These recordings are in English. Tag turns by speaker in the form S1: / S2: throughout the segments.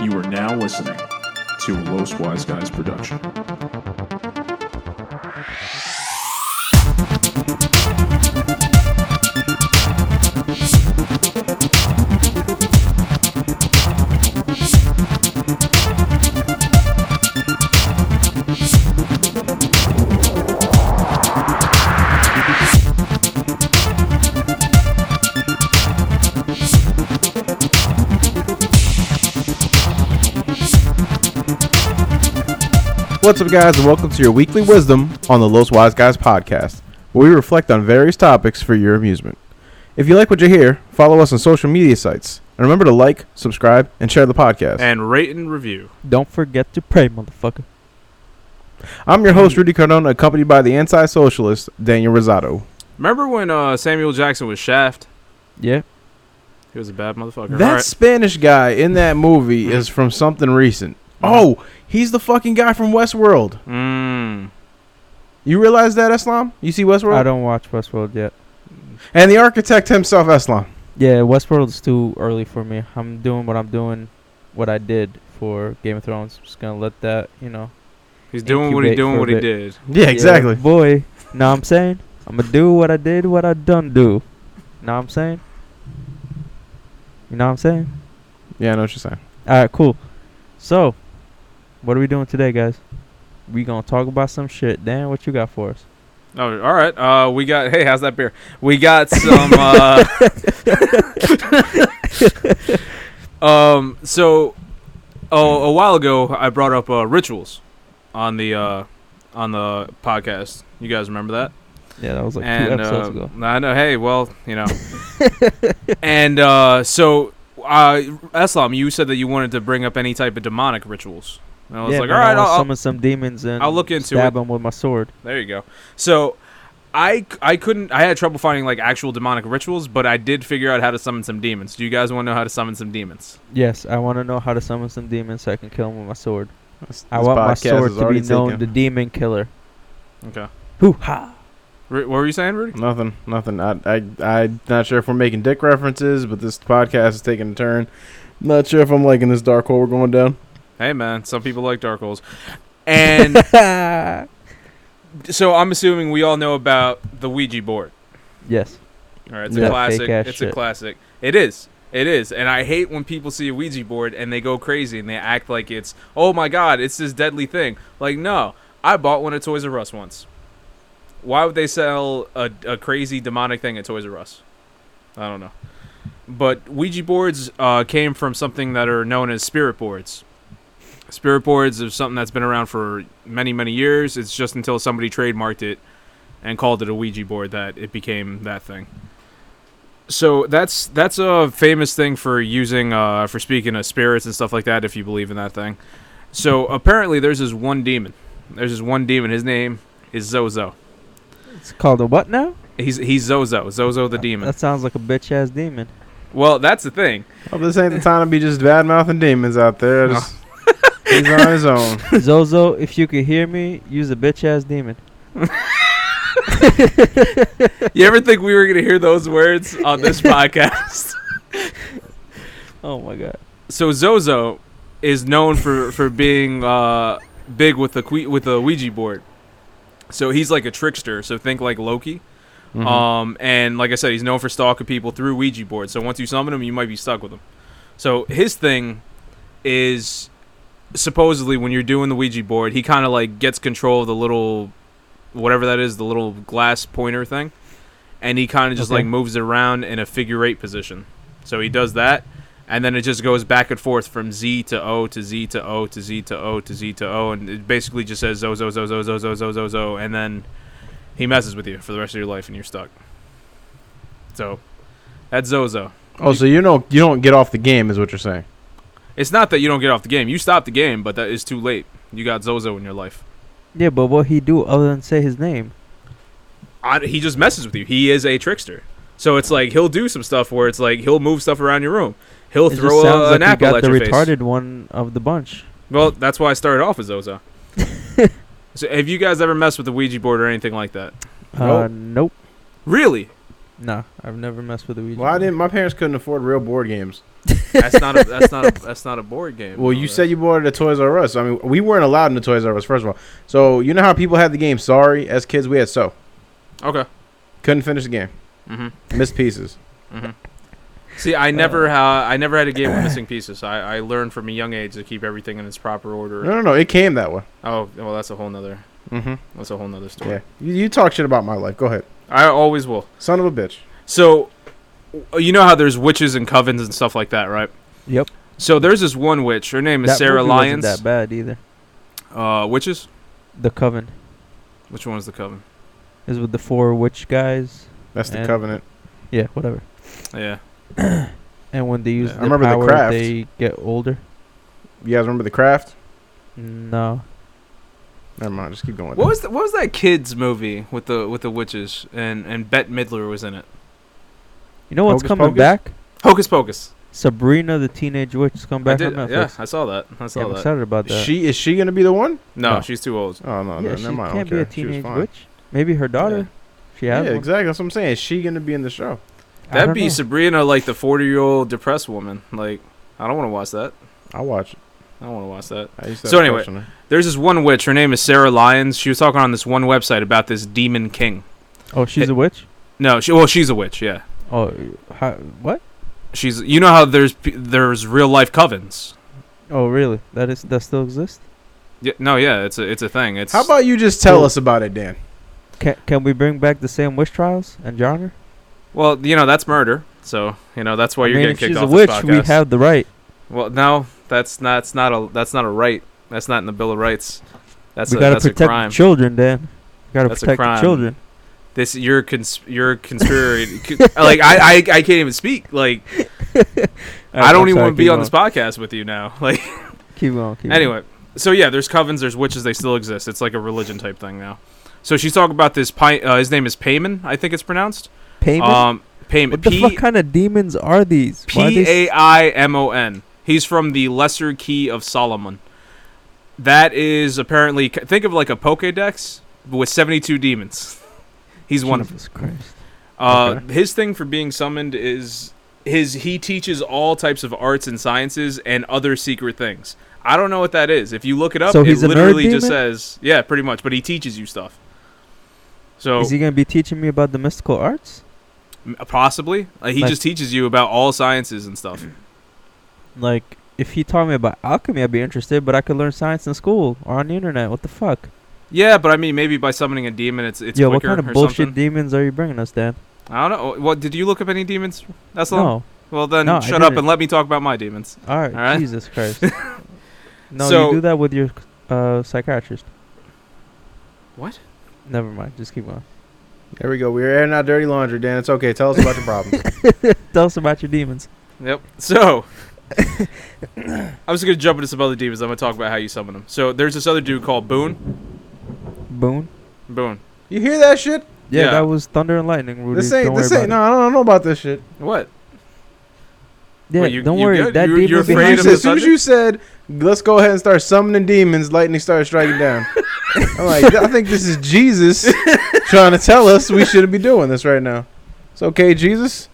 S1: You are now listening to a Los Wise Guys production.
S2: What's up, guys, and welcome to your weekly wisdom on the Los Wise Guys podcast, where we reflect on various topics for your amusement. If you like what you hear, follow us on social media sites, and remember to like, subscribe, and share the podcast.
S3: and rate and review.
S4: Don't forget to pray, motherfucker.
S2: I'm your host, Rudy Cardona, accompanied by the anti-socialist Daniel Rosado.
S3: Remember when uh, Samuel Jackson was Shaft?
S4: Yeah.
S3: He was a bad motherfucker.
S2: That Spanish guy in that movie is from something recent. Oh, he's the fucking guy from Westworld.
S3: All right. Mm.
S2: You realize that, Islam? You see Westworld?
S4: I don't watch Westworld yet.
S2: And the architect himself, Islam.
S4: Yeah, Westworld's too early for me. I'm doing what I'm doing, what I did for Game of Thrones. Just gonna let that, you know.
S3: He's doing what he
S4: Incubate
S3: doing
S4: for a
S3: what he
S4: bit.
S3: did.
S2: Yeah,
S4: Yeah,
S2: exactly.
S4: boy, know what I'm saying? I'm gonna do what I did, what I done do. Know what I'm saying? You know what I'm saying?
S2: Yeah, I know what you're saying.
S4: All right, cool. So, what are we doing today, guys? We gonna talk about some shit. Dan, what you got for us?
S3: Oh, all right. Uh, we got. Hey, how's that beer? We got some. uh, um. So, oh, a while ago, I brought up uh, rituals on the uh, on the podcast. You guys remember that?
S4: Yeah, that was like two
S3: and
S4: episodes
S3: uh,
S4: ago.
S3: I know. Hey, well, you know. and uh, so, uh, Islam, you said that you wanted to bring up any type of demonic rituals. And I was
S4: yeah,
S3: like,
S4: man,
S3: all right,
S4: I wanna
S3: I'll, I'll,
S4: summon some demons and
S3: I'll look into
S4: stab them with my sword.
S3: there you go. So, I c- I couldn't. I had trouble finding like actual demonic rituals, but I did figure out how to summon some demons. Do you guys want to know how to summon some demons?
S4: Yes, I want to know how to summon some demons so I can kill them with my sword.
S2: This
S4: I want my
S2: podcast
S4: sword
S2: is
S4: to
S2: already
S4: be known, the
S2: taken.
S4: demon killer.
S3: Okay.
S4: Hoo ha!
S3: Ru- what were you saying, Rudy?
S2: Nothing, nothing. I, I, I'm not sure if we're making dick references, but this podcast is taking a turn. Not sure if I'm liking this dark hole we're going down.
S3: Hey, man. Some people like dark holes. And so I'm assuming we all know about the Ouija board.
S4: yes.
S3: All right, it's a
S4: Yeah.
S3: classic.
S4: Fake-ass
S3: It's a
S4: shit.
S3: classic. It is. It is. And I hate when people see a Ouija board and they go crazy and they act like it's, oh my God, it's this deadly thing. Like, no, I bought one at Toys R Us once. Why would they sell a, a crazy demonic thing at Toys R Us? I don't know. But Ouija boards uh, came from something that are known as spirit boards. Spirit boards is something that's been around for many, many years. It's just until somebody trademarked it and called it a Ouija board that it became that thing. So that's that's a famous thing for using uh, for speaking of spirits and stuff like that if you believe in that thing. So apparently there's this one demon. There's this one demon. His name is Zozo.
S4: It's called a what now?
S3: He's he's Zozo. Zozo the demon.
S4: That sounds like a bitch ass demon.
S3: Well, that's the thing.
S2: Hope Oh, this ain't the time to be just bad mouthing demons out there. Just- He's on his own.
S4: Zozo, if you could hear me, use a bitch ass demon.
S3: You ever think we were gonna hear those words on this podcast?
S4: Oh my god.
S3: So Zozo is known for for being uh, big with the que- with the Ouija board. So he's like a trickster. So think like Loki. Um, and like I said, he's known for stalking people through Ouija boards. So once you summon him, you might be stuck with him. So his thing is supposedly when you're doing the Ouija board, he kind of like gets control of the little whatever that is, the little glass pointer thing, and he kind of just
S4: Okay.
S3: like moves it around in a figure eight position. So he does that, and then it just goes back and forth from Z to O to Z to O to Z to O to Z to O, and it basically just says zo zo zo zo zo zo zo zo zo, and then he messes with you for the rest of your life, and you're stuck. So that's Zozo.
S2: Oh, so you don't you don't get off the game, is what you're saying?
S3: It's not that you don't get off the game. You stop the game, but that is too late. You got Zozo in your life.
S4: Yeah, but what he do other than say his name?
S3: I, he just messes with you. He is a trickster. So it's like he'll do some stuff where it's like he'll move stuff around your room. He'll
S4: it
S3: throw
S4: just sounds
S3: a,
S4: like
S3: an
S4: you
S3: apple
S4: got
S3: at
S4: the
S3: your
S4: retarded
S3: face.
S4: one of the bunch.
S3: Well, that's why I started off as Zozo. so have you guys ever messed with the Ouija board or anything like that?
S4: Uh, nope.
S3: Really?
S4: Nah, I've never messed with a Ouija.
S2: Well, I
S4: board.
S2: didn't. My parents couldn't afford real board games.
S3: That's not a that's not a that's not a board game.
S2: Well,
S3: though,
S2: you
S3: that-
S2: said you bought it at Toys R Us. I mean, we weren't allowed in the Toys R Us first of all. So you know how people had the game. Sorry, as kids we had so
S3: okay.
S2: couldn't finish the game,
S3: hmm
S2: missed pieces.
S3: hmm See, I never
S4: Uh.
S3: ha- I never had a game with missing pieces. I, I learned from a young age to keep everything in its proper
S2: No,
S3: order.
S2: no, no. It came that way.
S3: Oh, well, that's a whole nother
S2: Mm-hmm.
S3: that's a whole nother story.
S2: Yeah. You, you talk shit about my life. Go ahead.
S3: I always will.
S2: Son of a bitch.
S3: So, w- you know how there's witches and covens and stuff like that, right?
S4: Yep.
S3: So there's this one witch. Her name is
S4: That
S3: Sarah
S4: movie
S3: Lyons.
S4: Wasn't that bad either.
S3: Uh, witches.
S4: The Coven
S3: Which one is the coven?
S4: is with the four witch guys.
S2: That's the
S4: And-
S2: covenant.
S4: Yeah, whatever.
S3: Yeah.
S4: And when they use
S2: Yeah, I
S4: the
S2: remember The
S4: power,
S2: Craft.
S4: they get older.
S2: You guys remember the craft?
S4: No,
S2: Never mind. Just keep going.
S3: What was the, what was that kids movie with the with the witches and and Bette Midler was in it?
S4: you know what's
S2: Hocus
S4: coming
S2: Pocus?
S4: back?
S3: Hocus Pocus.
S4: Sabrina the Teenage Witch is coming
S3: I
S4: back
S3: did.
S4: on Netflix.
S3: Yeah, I saw that. I saw
S4: Yeah, I'm
S3: that.
S4: excited about that.
S2: She is she gonna be the one?
S3: No,
S4: No.
S3: she's too old.
S2: Oh no, no,
S4: yeah,
S2: never
S4: she
S2: mind. I
S4: can't
S2: don't
S4: be a
S2: care. She was
S4: teenage
S2: fine.
S4: witch. Maybe her daughter. She
S2: Yeah,
S4: has one.
S2: exactly. That's what I'm saying. Is she gonna be in the show?
S4: I
S3: That'd
S4: don't
S3: be
S4: know.
S3: Sabrina, like the forty-year-old depressed woman. Like, I don't want to watch that.
S2: I watch. It.
S3: I don't want to watch that.
S2: I used to
S3: So
S2: have a
S3: anyway,
S2: crush on her.
S3: There's this one witch. Her name is Sarah Lyons. She was talking on this one website about this demon king.
S4: Oh, she's
S3: It-
S4: a witch.
S3: No, she, well, she's a witch. Yeah,
S4: Oh, how, what?
S3: she's. You know how there's p- there's real life covens.
S4: Oh, really? That is that still exists?
S3: Yeah, no, yeah, it's a it's a thing. It's
S2: how about you just tell
S4: Cool.
S2: us about it, Dan?
S4: Can can we bring back the same witch trials and genre?
S3: well, you know, that's murder. So you know that's why
S4: I
S3: you're
S4: mean,
S3: getting
S4: if
S3: kicked
S4: she's
S3: off
S4: a
S3: this
S4: witch, we
S3: podcast.
S4: have the right.
S3: Well, no, that's not that's not a that's not a right. That's not in the Bill of Rights. That's
S4: we
S3: a,
S4: gotta
S3: that's a
S4: protect the
S3: crime.
S4: children, Dan. We gotta
S3: That's a
S4: protect the
S3: crime.
S4: children.
S3: this you're cons- you're conspirator. like I, I I can't even speak. Like I don't even want to be on this podcast with you now. Like
S4: Keep going. Keep going.
S3: anyway, so yeah, there's covens, there's witches, they still exist. It's like a religion type thing now. So she's talking about this. Pi- uh, his name is Payman, I think it's pronounced.
S4: payment.
S3: Um, Payman.
S4: what the fuck kind of demons are these? Why are
S3: P
S4: they s-
S3: A I M O N. He's from the Lesser Key of Solomon. That is apparently think of like a Pokédex with 72 demons. He's one of them.
S4: Jesus Christ.
S3: Uh,
S2: Okay.
S3: His thing for being summoned is his he teaches all types of arts and sciences and other secret things. I don't know what that is. If you look it up,
S4: So
S3: it
S4: he's a nerd
S3: literally just
S4: demon?
S3: says yeah, pretty much. But he teaches you stuff. So
S4: Is he gonna be teaching me about the mystical arts?
S3: m- possibly like, he
S4: Like-
S3: just teaches you about all sciences and stuff.
S4: Like, if he taught me about alchemy, I'd be interested. But I could learn science in school or on the internet. What the fuck?
S3: Yeah, but I mean, maybe by summoning a demon, it's it's
S4: Yo, what
S3: quicker
S4: kind of
S3: or
S4: bullshit
S3: something.
S4: demons are you bringing us, Dan?
S3: I don't know. What did you look up any demons? That's all.
S4: No.
S3: Well, then
S4: No, I
S3: shut up
S4: didn't.
S3: and let me talk about my demons.
S4: All right,
S3: Alright.
S4: Jesus Christ. no,
S3: So-
S4: you do that with your uh, psychiatrist.
S3: What?
S4: Never mind. Just keep going.
S2: There we go. We're airing out dirty laundry, Dan. It's okay. Tell us about your problems.
S4: Tell us about your demons.
S3: Yep. So, I'm just gonna jump into some other demons. I'm gonna talk about how you summon them. So there's this other dude called Boone.
S4: Boone.
S3: Boone.
S2: you hear that shit?
S4: Yeah,
S3: Yeah.
S4: that was thunder and lightning, Rudy.
S2: This ain't.
S4: don't worry
S2: This ain't. No,
S4: about
S2: I don't, I don't know about this shit.
S3: What?
S4: it. Yeah,
S3: Wait, you-
S4: don't
S3: you
S4: worry.
S3: good?
S4: That
S3: You-
S4: demon
S3: you're
S2: As soon
S3: afraid
S4: behind
S2: as
S3: of
S2: you-
S3: the
S4: you-
S2: as soon as you said, "Let's go ahead and start summoning demons," lightning started striking down. I'm like, I think this is Jesus trying to tell us we shouldn't be doing this right now. It's okay, Jesus.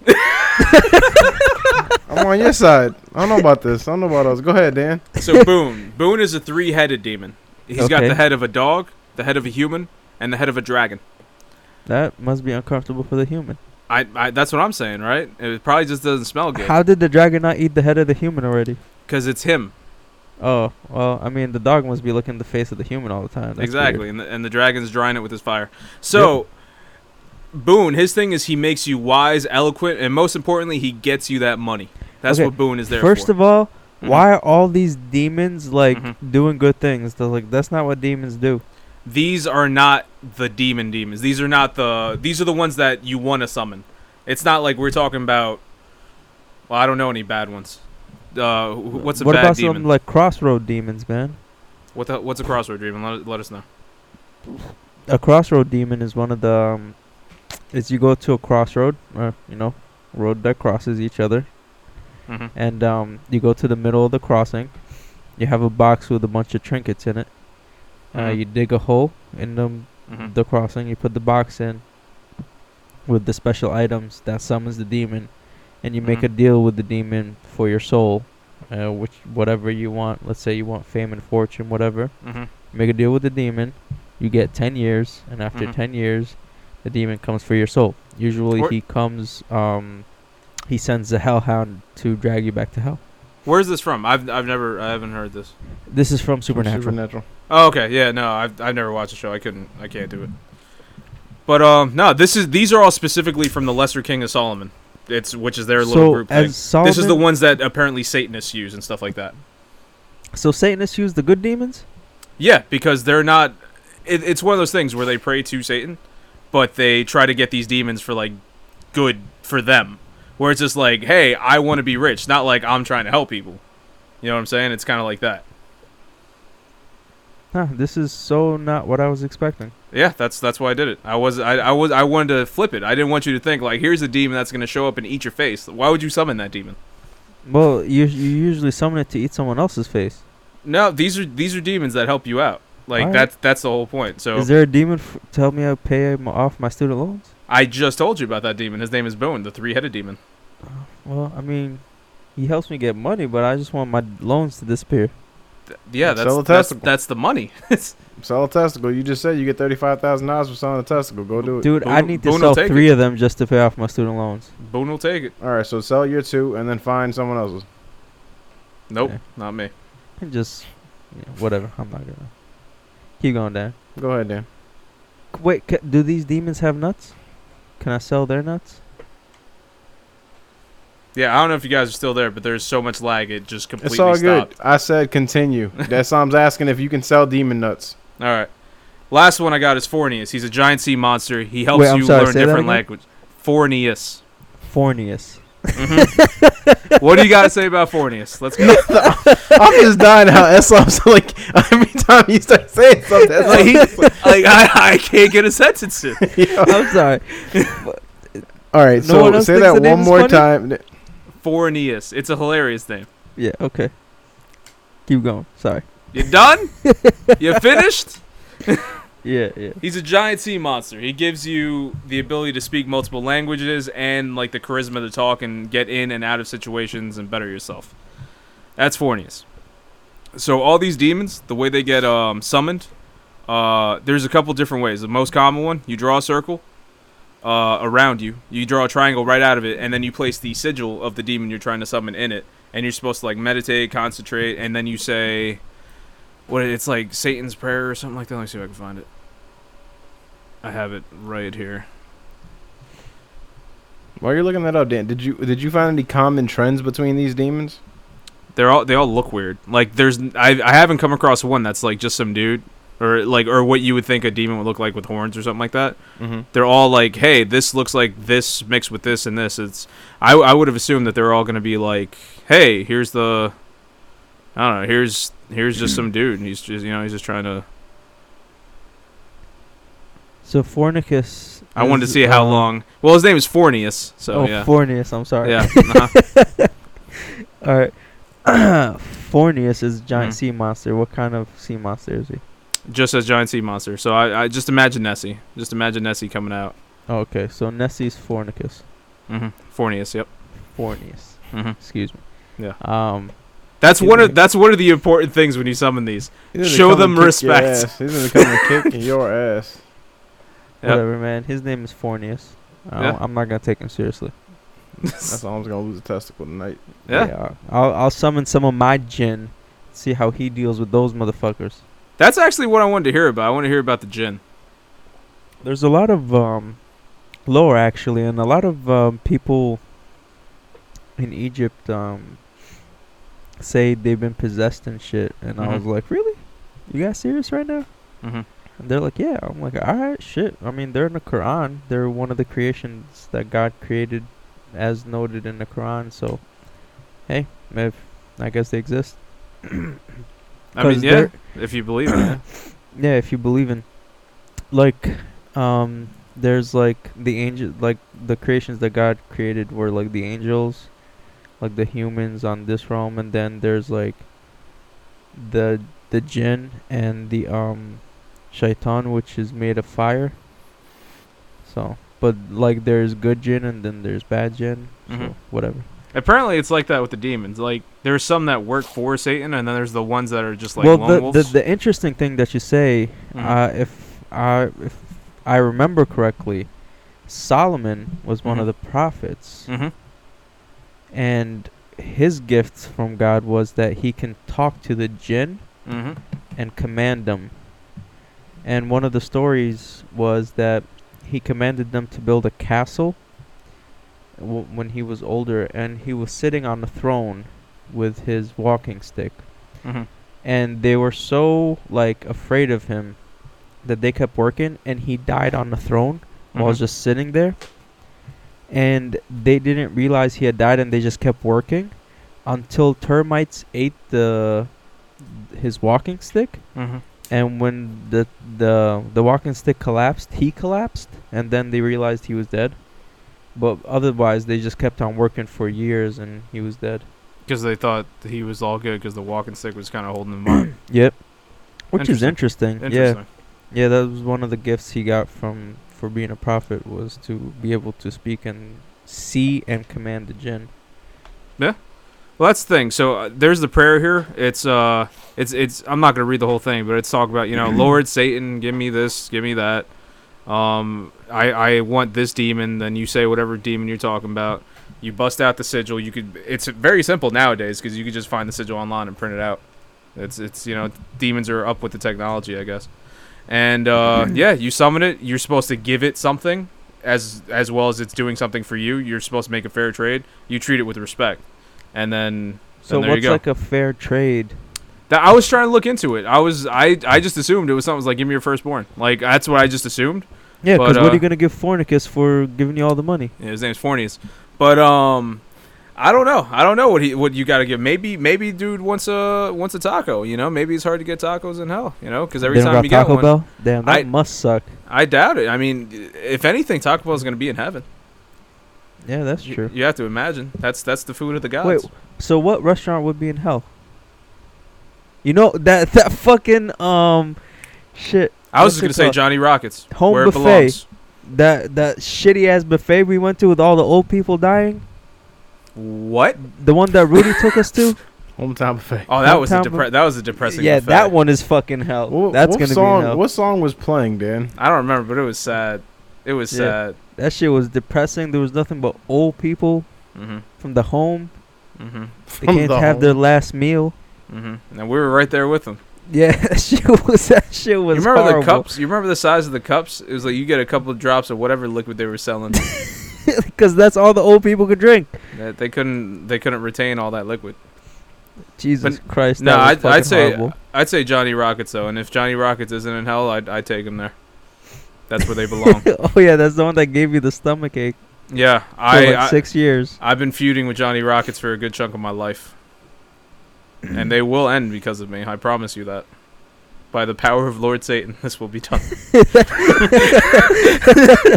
S2: I'm on your side. I don't know about this. I don't know about us. Go ahead, Dan.
S3: So Boone. Boone is a three-headed demon. He's got
S4: Okay.
S3: the head of a dog, the head of a human, and the head of a dragon.
S4: That must be uncomfortable for the human.
S3: I, I that's what I'm saying, right? It probably just doesn't smell good
S4: How did the dragon not eat the head of the human already?
S3: because it's him
S4: Oh, well, I mean, the dog must be looking the face of the human all the time. That's weird.
S3: exactly, and the, and the dragon's drying it with his fire. So. Boone, his thing is he makes you wise, eloquent, and most importantly, he gets you that money. That's
S4: Okay,
S3: what Boone is there for.
S4: First of all,
S3: Mhm.
S4: why are all these demons like
S3: Mhm.
S4: doing good things? They're like that's not what demons do.
S3: these are not the demon demons. These are not the these are the ones that you want to summon. It's not like we're talking about. Well, I don't know any bad ones. Uh, wh- what's a
S4: what
S3: bad
S4: about
S3: demon?
S4: some like crossroad demons, man?
S3: what the, what's a crossroad demon? Let, let us know.
S4: A crossroad demon is one of the um, is you go to a crossroad, or you know, road that crosses each other,
S3: hmm
S4: and um, you go to the middle of the crossing. You have a box with a bunch of trinkets in it. Uh,
S3: Mhm.
S4: you dig a hole in them
S3: hmm
S4: the crossing. You put the box in with the special items that summons the demon, and you make
S3: Mhm.
S4: a deal with the demon for your soul, uh, which whatever you want. Let's say you want fame and fortune, whatever.
S3: Mm-hmm.
S4: You make a deal with the demon. You get ten years, and after
S3: Mhm.
S4: ten years, the demon comes for your soul. Usually,
S3: Or-
S4: he comes. Um, he sends the hellhound to drag you back to hell.
S3: Where's this from? I've I've never I haven't heard this.
S4: This is from Supernatural.
S2: Supernatural.
S3: Oh, okay. Yeah, no, I've I've never watched the show. I couldn't. I can't do it. But um, no, this is these are all specifically from the Lesser King of Solomon. It's which is their little
S4: so
S3: group
S4: as
S3: thing.
S4: Solomon,
S3: This is the ones that apparently Satanists use and stuff like that.
S4: So Satanists use the good demons.
S3: Yeah, because they're not. It, it's one of those things where they pray to Satan, but they try to get these demons for like good for them. Where it's just like, hey, I want to be rich, not like I'm trying to help people. You know what I'm saying? It's kind of like that.
S4: Huh, this is so not what I was expecting.
S3: Yeah, that's that's why I did it. I was I, I was I wanted to flip it. I didn't want you to think like here's a demon that's gonna show up and eat your face. Why would you summon that demon?
S4: Well, you you usually summon it to eat someone else's face.
S3: No, these are these are demons that help you out. Like
S4: Alright.
S3: that's that's the whole point. So
S4: Is there a demon f- to help me out pay m- off my student loans?
S3: I just told you about that demon. His name is Boone, the three headed demon.
S4: Well, I mean, he helps me get money, but I just want my loans to disappear.
S3: Th-
S2: Sell
S3: yeah, that's
S2: the
S3: that's,
S2: testicle.
S3: that's the money.
S2: Sell a testicle. You just said you get thirty-five thousand dollars for selling a testicle. Go do it.
S4: Dude, I
S3: Boone-
S4: need to
S3: Boone will
S4: sell
S3: take
S4: three of them just to pay off my student loans.
S3: Boone will take it.
S2: All right, so sell your two and then find someone else's.
S3: Nope,
S4: Okay.
S3: not me.
S4: And just yeah, whatever. I'm not gonna keep going down.
S2: Go ahead, Dan.
S4: Wait, c- do these demons have nuts? Can I sell their nuts?
S3: Yeah, I don't know if you guys are still there, but there's so much lag it just completely
S2: It's all
S3: stopped.
S2: good. I said continue. That's why I'm asking if you can sell demon nuts.
S3: All right. Last one I got is Fornius. He's a giant sea monster. He helps
S4: Wait, I'm
S3: you
S4: sorry,
S3: learn
S4: say that
S3: different
S4: again?
S3: language. Fornius.
S4: Fornius.
S3: what do you got to say about Fornius? Let's go.
S2: I'm just dying how Eslam's like every time you start saying something.
S3: like, he,
S2: Eslam's
S3: like I, I can't get a sentence in.
S2: like,
S4: I'm sorry.
S2: all right,
S4: No
S2: so
S4: one else
S2: say
S4: thinks
S2: that
S4: the name
S2: one
S4: is
S2: more
S4: funny?
S2: time.
S3: Fornius. It's a hilarious name.
S4: Yeah, okay. Keep going. Sorry.
S3: You done? you finished?
S4: Yeah, yeah.
S3: He's a giant sea monster. He gives you the ability to speak multiple languages and like the charisma to talk and get in and out of situations and better yourself. That's Fornius. So all these demons, the way they get um, summoned, uh, there's a couple different ways. The most common one, you draw a circle uh, around you. You draw a triangle right out of it, and then you place the sigil of the demon you're trying to summon in it. And you're supposed to like meditate, concentrate, and then you say, "What? It's like Satan's prayer or something like that." Let me see if I can find it. I have it right here.
S2: While you're looking that up, Dan, did you did you find any common trends between these demons?
S3: They're all they all look weird. Like there's I I haven't come across one that's like just some dude or like or what you would think a demon would look like with horns or something like that.
S2: Mm-hmm.
S3: They're all like, hey, this looks like this mixed with this and this. It's I I would have assumed that they're all gonna be like, hey, here's the I don't know, here's here's just some dude and he's just you know he's just trying to.
S4: So Fornicus.
S3: I wanted to
S4: is,
S3: see how
S4: uh,
S3: long. Well, his name is Fornius, so
S4: oh,
S3: yeah.
S4: Fornius. I'm sorry.
S3: yeah, uh-huh.
S4: All right. Fornius is a giant
S3: Mhm.
S4: sea monster. What kind of sea monster is he?
S3: just as giant sea monster. So I, I just imagine Nessie. Just imagine Nessie coming out.
S4: Oh, okay, so Nessie's Fornicus.
S3: Mm-hmm. Fornius, yep.
S4: Fornius.
S3: Mm-hmm.
S4: Excuse me.
S3: Yeah.
S4: Um.
S3: That's
S4: Excuse
S3: one of
S4: me.
S3: that's one of the important things when you summon these. Show them respect.
S2: He's gonna come and kick your ass.
S3: Yep.
S4: Whatever, man. His name is Fornius. Uh,
S3: Yeah.
S4: I'm not gonna take him seriously.
S2: That's all I'm gonna lose a testicle tonight.
S3: Yeah.
S4: I'll I'll summon some of my gin. See how he deals with those motherfuckers.
S3: That's actually what I wanted to hear about. I want to hear about the gin.
S4: There's a lot of um, lore actually, and a lot of um, people in Egypt um, say they've been possessed and shit. And I was
S3: Mhm.
S4: like, really? You guys serious right now?
S3: Mm-hmm.
S4: And they're like, yeah. I'm like, all right, shit. I mean, they're in the Quran. They're one of the creations that God created, as noted in the Quran. So, hey, if I guess they exist.
S3: I mean,
S4: 'Cause
S3: yeah,
S4: they're-
S3: if you believe it. yeah.
S4: yeah, if you believe in, like, um, there's like the angel, like the creations that God created were like the angels, like the humans on this realm, and then there's like the the jinn and the um, shaitan, which is made of fire. So but like there's good jinn and then there's bad jinn.
S3: Mhm.
S4: So whatever.
S3: Apparently, it's like that with the demons. Like there's some that work for Satan, and then there's the ones that are just like
S4: well,
S3: lone
S4: the, the
S3: wolves.
S4: the interesting thing that you say,
S3: Mhm.
S4: uh, if I if I remember correctly, Solomon was one
S3: Mhm.
S4: of the prophets,
S3: Mhm.
S4: and his gift from God was that he can talk to the jinn
S3: Mhm.
S4: and command them. And one of the stories was that he commanded them to build a castle w- when he was older, and he was sitting on a throne with his walking stick.
S3: Mhm.
S4: And they were so like afraid of him that they kept working, and he died on the throne while
S3: Mhm.
S4: just sitting there. And they didn't realize he had died, and they just kept working until termites ate the his walking stick
S3: Mhm.
S4: and when the the the walking stick collapsed, he collapsed, and then they realized he was dead. But otherwise, they just kept on working for years, and he was dead.
S3: because they thought that he was all good because the walking stick was kind of holding him up.
S4: Yep. Which is interesting.
S3: Interesting.
S4: Yeah, yeah, that was one of the gifts he got from for being a prophet was to be able to speak and see and command the jinn.
S3: Well, that's the thing. So uh, there's the prayer here. It's uh, it's it's. I'm not gonna read the whole thing, but it's talk about you know, Lord Satan, give me this, give me that. Um, I I want this demon. Then you say whatever demon you're talking about. You bust out the sigil. You could. It's very simple nowadays because you could just find the sigil online and print it out. It's it's you know, demons are up with the technology, I guess. And uh, yeah, you summon it. You're supposed to give it something, as as well as it's doing something for you. You're supposed to make a fair trade. You treat it with respect, and then
S4: So
S3: there you
S4: what's
S3: go.
S4: like a fair trade?
S3: that I was trying to look into it. I was I I just assumed it was something it was like give me your firstborn. Like that's what I just assumed.
S4: Yeah,
S3: But,
S4: because what
S3: uh,
S4: are you gonna give Fornicus for giving you all the money?
S3: Yeah, his name's Fornius. But um I don't know. I don't know what he what you got to give. Maybe maybe dude wants a wants a taco, you know? Maybe it's hard to get tacos in hell, you know? Cuz every
S4: they don't
S3: time you
S4: got Taco
S3: get one,
S4: Bell. Damn, that
S3: I-
S4: must suck.
S3: I doubt it. I mean, if anything Taco Bell is going to be in heaven.
S4: Yeah, that's
S3: You-
S4: true.
S3: You, have to imagine. That's that's the food of the gods.
S4: Wait, so what restaurant would be in hell? You know that that fucking um shit
S3: I was
S4: what's
S3: just
S4: it
S3: going to say
S4: called?
S3: Johnny Rockets
S4: Home
S3: where
S4: buffet.
S3: it belongs.
S4: that that shitty ass buffet we went to with all the old people dying.
S3: What?
S4: The one that Rudy took us to.
S2: Hometown buffet.
S3: Oh, that was a
S4: Hometown buffet.
S3: depre- that was a depressing
S4: yeah,
S3: buffet.
S4: that one is fucking hell. Oh, That's
S2: what
S4: gonna
S2: song,
S4: be in hell.
S2: What song was playing, Dan?
S3: I don't remember, but it was sad. It was
S4: Yeah.
S3: sad.
S4: That shit was depressing. There was nothing but old people
S3: Mhm.
S4: from the home.
S3: Mhm.
S4: They
S2: From
S4: can't
S2: the
S4: have
S2: home.
S4: their last meal.
S3: Mhm. And we were right there with them.
S4: Yeah, that shit was that shit
S3: You
S4: was
S3: remember
S4: horrible.
S3: the cups? You remember the size of the cups? It was like you get a couple of drops of whatever liquid they were selling.
S4: Because that's all the old people could drink.
S3: that they couldn't they couldn't retain all that liquid.
S4: Jesus Christ.
S3: no,
S4: that was
S3: I'd- I'd
S4: fucking
S3: say-
S4: horrible.
S3: I'd say Johnny Rockets though, and if Johnny Rockets isn't in hell, I'd I'd take him there. That's where they belong.
S4: oh yeah, that's the one that gave you the stomach ache
S3: yeah,
S4: for
S3: I,
S4: like six years.
S3: I I've been feuding with Johnny Rockets for a good chunk of my life,
S4: Mm-hmm.
S3: and they will end because of me. I promise you that. By the power of Lord Satan, this will be done.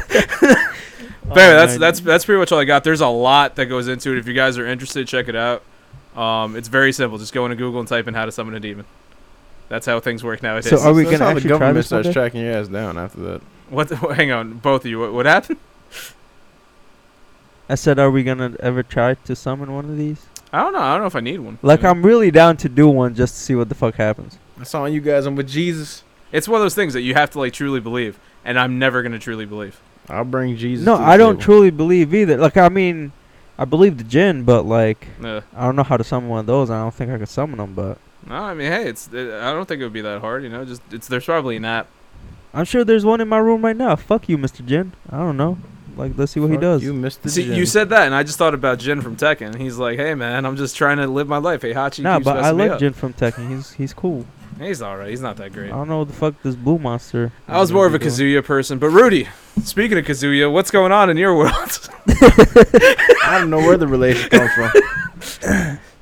S3: But anyway, that's that's that's pretty much all I got. There's a lot that goes into it. If you guys are interested, check it out. Um, it's very simple. Just go into Google and type in how to summon a demon. That's how things work nowadays.
S4: So are we
S2: That's
S4: gonna
S2: how the
S4: actually try
S2: government
S4: this one
S2: starts
S4: day?
S2: tracking your ass down after that.
S3: what? The, hang on, both of you. What, what happened?
S4: I said, are we gonna ever try to summon one of these?
S3: I don't know. I don't know if I need one.
S4: Like, um,
S3: You know?
S4: I'm really down to do one just to see what the fuck happens.
S2: That's on you guys. I'm with Jesus.
S3: It's one of those things that you have to like truly believe, and I'm never gonna truly believe.
S2: I'll bring Jesus.
S4: no,
S2: to the
S4: I don't
S2: table.
S4: truly believe either. Like, I mean, I believe the jinn, but like,
S3: Uh,
S4: I don't know how to summon one of those. and I don't think I could summon them, but
S3: no, I mean, hey, it's. It, I don't think it would be that hard. You know, just it's. There's probably an app.
S4: I'm sure there's one in my room right now. Fuck you, Mr. Jin. I don't know. Like, let's see what he
S2: Fuck
S4: does.
S2: You missed the
S3: See,
S2: gym.
S3: you said that, and I just thought about Jin from Tekken. He's like, hey man, I'm just trying to live my life. Hey, Hachi
S4: nah,
S3: keeps
S4: but I
S3: messing me
S4: like
S3: up.
S4: Jin Uh, from Tekken. He's he's cool.
S3: He's all right. He's not that great.
S4: I don't know what the fuck this blue monster.
S3: I was
S4: is
S3: more of a
S4: doing.
S3: Kazuya person, but Rudy, speaking of Kazuya, what's going on in your world?
S2: I don't know where the relation comes from.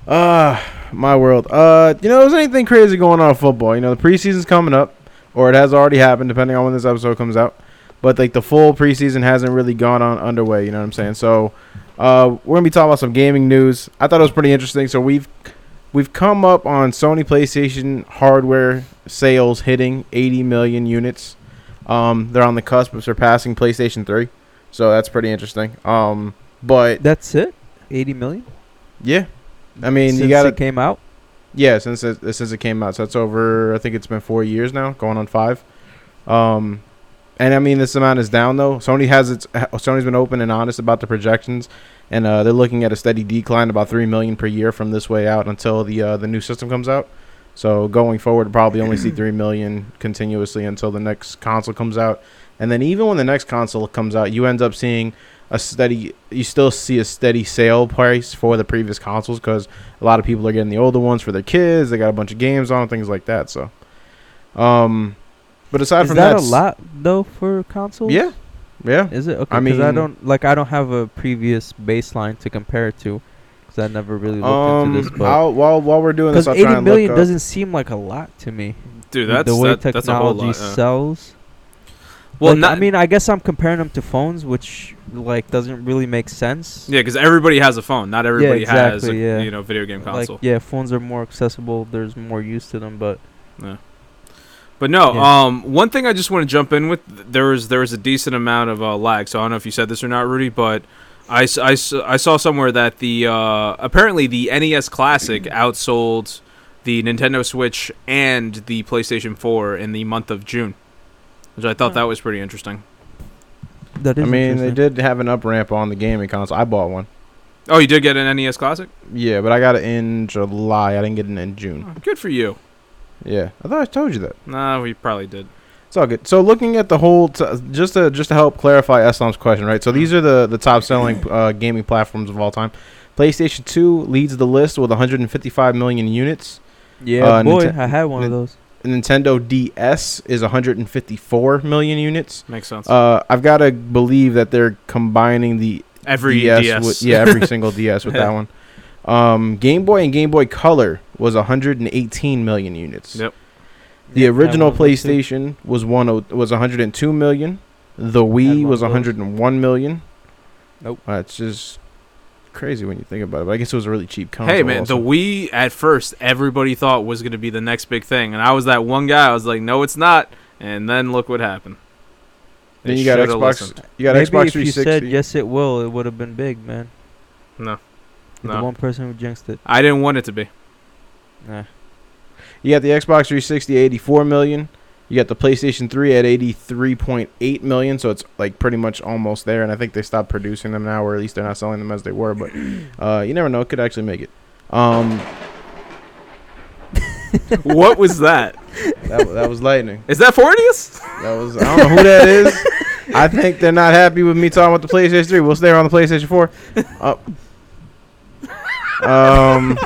S2: Ah, my world. Uh, you know, is anything crazy going on in football? You know, the preseason's coming up, or it has already happened, depending on when this episode comes out. But like the full preseason hasn't really gone on underway. You know what I'm saying? So, uh, we're gonna be talking about some gaming news. I thought it was pretty interesting. So we've we've come up on Sony PlayStation hardware sales hitting 80 million units. Um, they're on the cusp of surpassing PlayStation 3. So that's pretty interesting. Um, but
S4: That's it. 80 million.
S2: yeah, I mean, you
S4: Since
S2: gotta-
S4: it came out.
S2: yeah. Since it, since it came out, so that's over. I think it's been four years now, going on five. Um, and I mean, this amount is down though. Sony has its ha- Sony's been open and honest about the projections, and uh, they're looking at a steady decline, about three million per year from this way out until the uh, the new system comes out. So going forward, we'll probably only see three million continuously until the next console comes out, and then even when the next console comes out, you end up seeing a steady. You still see a steady sale price for the previous consoles because a lot of people are getting the older ones for their kids. They got a bunch of games on things like that. So, um, but aside
S4: Is
S2: from
S4: that a
S2: s-
S4: lot though for consoles?
S2: yeah, yeah.
S4: Is it okay?
S2: I
S4: Because I
S2: mean-
S4: don't like I don't have a previous baseline to compare it to, because I never really looked
S2: Um,
S4: into this. But
S2: I'll, while while we're doing
S4: because
S2: this, I'll try
S4: eighty
S2: and look
S4: million
S2: up.
S4: doesn't seem like a lot to me.
S3: Dude,
S4: with
S3: that's
S4: the way
S3: that, that's a whole
S4: technology
S3: lot. yeah.
S4: sells.
S3: Well,
S4: Like,
S3: not,
S4: I mean, I guess I'm comparing them to phones, which like doesn't really make sense.
S3: yeah, because everybody has a phone. Not everybody has a,
S4: exactly, yeah.
S3: you know video game
S4: Like,
S3: console.
S4: yeah, phones are more accessible. There's more use to them, but
S3: But no,
S4: Yeah.
S3: um, one thing I just want to jump in with th- there was there was a decent amount of uh, lag. So I don't know if you said this or not, Rudy, but I, s- I s- I saw somewhere that the uh, apparently the NES Classic outsold the Nintendo Switch and the PlayStation 4 in the month of June, which I thought
S4: Huh.
S3: that was pretty interesting.
S4: that
S2: I
S4: is.
S2: mean, they
S4: interesting.
S2: did have an up ramp on the gaming console. I bought one.
S3: Oh, you did get an NES Classic?
S2: Yeah, but I got it in July. I didn't get it in June.
S3: Oh, good for you.
S2: Yeah, I thought I told you that.
S3: Nah, we probably did.
S2: It's all good. So looking at the whole, t- just to just to help clarify Eslam's question, right? So these are the the top selling uh, gaming platforms of all time. PlayStation 2 leads the list with 155 million units.
S4: Yeah,
S2: uh,
S4: boy,
S2: Ninten-
S4: I had one of
S2: Nin-
S4: those.
S2: Nintendo DS is 154 million units.
S3: Makes sense.
S2: Uh, I've got to believe that they're combining the
S3: Every E
S2: DS,
S3: DS,
S2: with- E yeah, every single DS with that one. Um, Game Boy and Game Boy Color was 118 million units.
S3: Yep.
S2: The
S4: Yeah, I had
S2: original
S4: one of those too.
S2: PlayStation was one o- was 102 million. The
S4: Had
S2: Wii
S4: one
S2: was
S4: of those.
S2: 101 million.
S4: Nope.
S2: That's just crazy when you think about it. But I guess it was a really cheap console.
S3: Hey man,
S2: also.
S3: the Wii at first everybody thought was going to be the next big thing, and I was that one guy. I was like, no, it's not. And then look what happened.
S2: then
S3: They
S2: you got
S3: shoulda
S2: Xbox.
S3: listened.
S2: You got
S4: Maybe
S2: Xbox
S4: if you
S2: 360.
S4: said yes, it will, it would have been big, man.
S3: No.
S4: You're
S3: No.
S4: The one person who jinxed it.
S3: I didn't want it to be.
S4: Nah.
S2: You got the Xbox 360 at 84 million. You got the PlayStation 3 at 83.8 million, so it's like pretty much almost there. And I think they stopped producing them now, or at least they're not selling them as they were. But uh, you never know; it could actually make it. Um,
S3: what was that?
S2: that, wa- that was lightning.
S3: Is that Fortius?
S2: That was I don't know who that is. I think they're not happy with me talking about the PlayStation 3. We'll stay on the PlayStation 4. Uh, um,